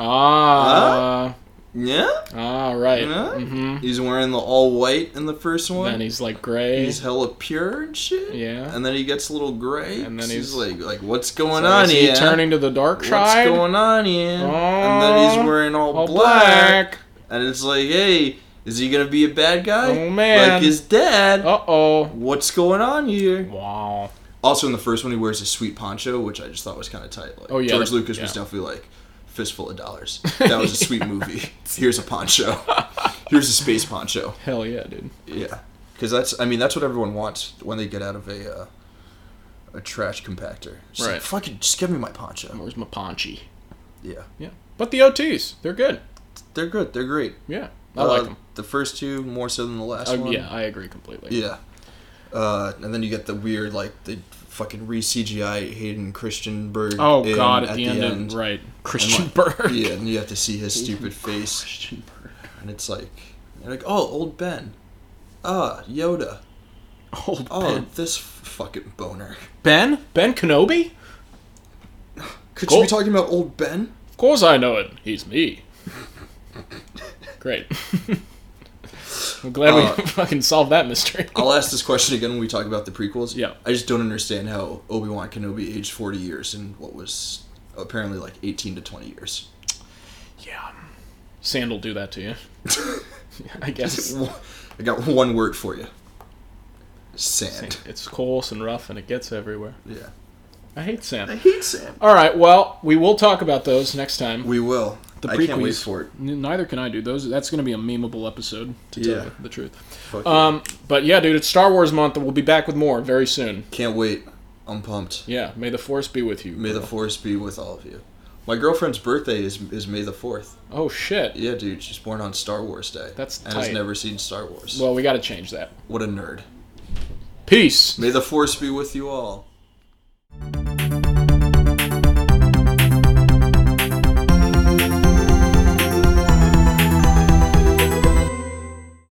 [SPEAKER 1] Ah.
[SPEAKER 2] Yeah.
[SPEAKER 1] ah. Right.
[SPEAKER 2] Huh?
[SPEAKER 1] Mm-hmm.
[SPEAKER 2] He's wearing the all white in the first one.
[SPEAKER 1] Then he's like gray.
[SPEAKER 2] he's hella pure and shit.
[SPEAKER 1] Yeah.
[SPEAKER 2] And then he gets a little gray.
[SPEAKER 1] And then he's-
[SPEAKER 2] he's, like, like what's going
[SPEAKER 1] So
[SPEAKER 2] on
[SPEAKER 1] is he
[SPEAKER 2] here?
[SPEAKER 1] turning to the dark
[SPEAKER 2] what's
[SPEAKER 1] side?
[SPEAKER 2] going on here? and then he's
[SPEAKER 1] Oh,
[SPEAKER 2] wearing all,
[SPEAKER 1] All
[SPEAKER 2] black.
[SPEAKER 1] black.
[SPEAKER 2] And it's like, hey, is he gonna be a bad guy?
[SPEAKER 1] Oh, man.
[SPEAKER 2] Like his dad.
[SPEAKER 1] Uh oh.
[SPEAKER 2] What's going on here?
[SPEAKER 1] Wow.
[SPEAKER 2] Also, in the first one, he wears a sweet poncho, which I just thought was kind of tight. Like,
[SPEAKER 1] Oh, yeah,
[SPEAKER 2] George
[SPEAKER 1] the-
[SPEAKER 2] Lucas was
[SPEAKER 1] yeah.
[SPEAKER 2] definitely like fistful of dollars. That was a sweet movie. Here's a poncho. Here's a space poncho.
[SPEAKER 1] Hell yeah, dude.
[SPEAKER 2] Yeah, because that's I mean that's what everyone wants when they get out of a uh, a trash compactor. Just like,
[SPEAKER 1] Right. Mm-hmm.
[SPEAKER 2] Fucking just give me my poncho.
[SPEAKER 1] Where's my paunchy?
[SPEAKER 2] Yeah,
[SPEAKER 1] Yeah. But the OTs, they're good.
[SPEAKER 2] they're good. They're great.
[SPEAKER 1] Yeah. I like
[SPEAKER 2] Uh,
[SPEAKER 1] 'em.
[SPEAKER 2] The first two more so than the last
[SPEAKER 1] like them.
[SPEAKER 2] one.
[SPEAKER 1] yeah, I agree completely.
[SPEAKER 2] Yeah. Uh, and then you get the weird like the fucking re CGI Hayden Christianberg.
[SPEAKER 1] Oh
[SPEAKER 2] in
[SPEAKER 1] god, at, the, end, of right. Christian
[SPEAKER 2] like-
[SPEAKER 1] Berg.
[SPEAKER 2] Yeah, and you have to see his stupid face,
[SPEAKER 1] Christian Berg.
[SPEAKER 2] and it's like, you're like, oh, old Ben, ah, Yoda,
[SPEAKER 1] Old
[SPEAKER 2] oh,
[SPEAKER 1] Ben.
[SPEAKER 2] this fucking boner.
[SPEAKER 1] Ben? Ben Kenobi?
[SPEAKER 2] Could
[SPEAKER 1] Cool.
[SPEAKER 2] you be talking about old Ben?
[SPEAKER 1] Of course I know it. He's me. Great. I'm glad we
[SPEAKER 2] Uh,
[SPEAKER 1] fucking solved that mystery.
[SPEAKER 2] I'll ask this question again when we talk about the prequels.
[SPEAKER 1] Yeah.
[SPEAKER 2] I just don't understand how Obi Wan Kenobi aged 40 years in what was apparently like 18 to 20 years.
[SPEAKER 1] Yeah. Sand will do that to you. I guess.
[SPEAKER 2] I got one word for you sand.
[SPEAKER 1] It's coarse and rough and it gets everywhere.
[SPEAKER 2] Yeah.
[SPEAKER 1] I hate sand.
[SPEAKER 2] hate sand.
[SPEAKER 1] All right. Well, we will talk about those next time.
[SPEAKER 2] We will.
[SPEAKER 1] The
[SPEAKER 2] I
[SPEAKER 1] prequels.
[SPEAKER 2] can't wait for it.
[SPEAKER 1] N- Neither can I, dude. Those that's going to be a memeable episode to tell
[SPEAKER 2] Yeah.
[SPEAKER 1] you the truth.
[SPEAKER 2] Fuck yeah.
[SPEAKER 1] Um, but yeah, dude, it's Star Wars month, and we'll be back with more very soon.
[SPEAKER 2] Can't wait. I'm pumped.
[SPEAKER 1] Yeah, may the force be with you.
[SPEAKER 2] May the force be with all of you. My girlfriend's birthday is is May the fourth.
[SPEAKER 1] oh shit.
[SPEAKER 2] Yeah, dude, she's born on Star Wars Day.
[SPEAKER 1] That's
[SPEAKER 2] and
[SPEAKER 1] tight.
[SPEAKER 2] has never seen Star Wars.
[SPEAKER 1] Well, we got to change that.
[SPEAKER 2] what a nerd.
[SPEAKER 1] Peace.
[SPEAKER 2] May the force be with you all.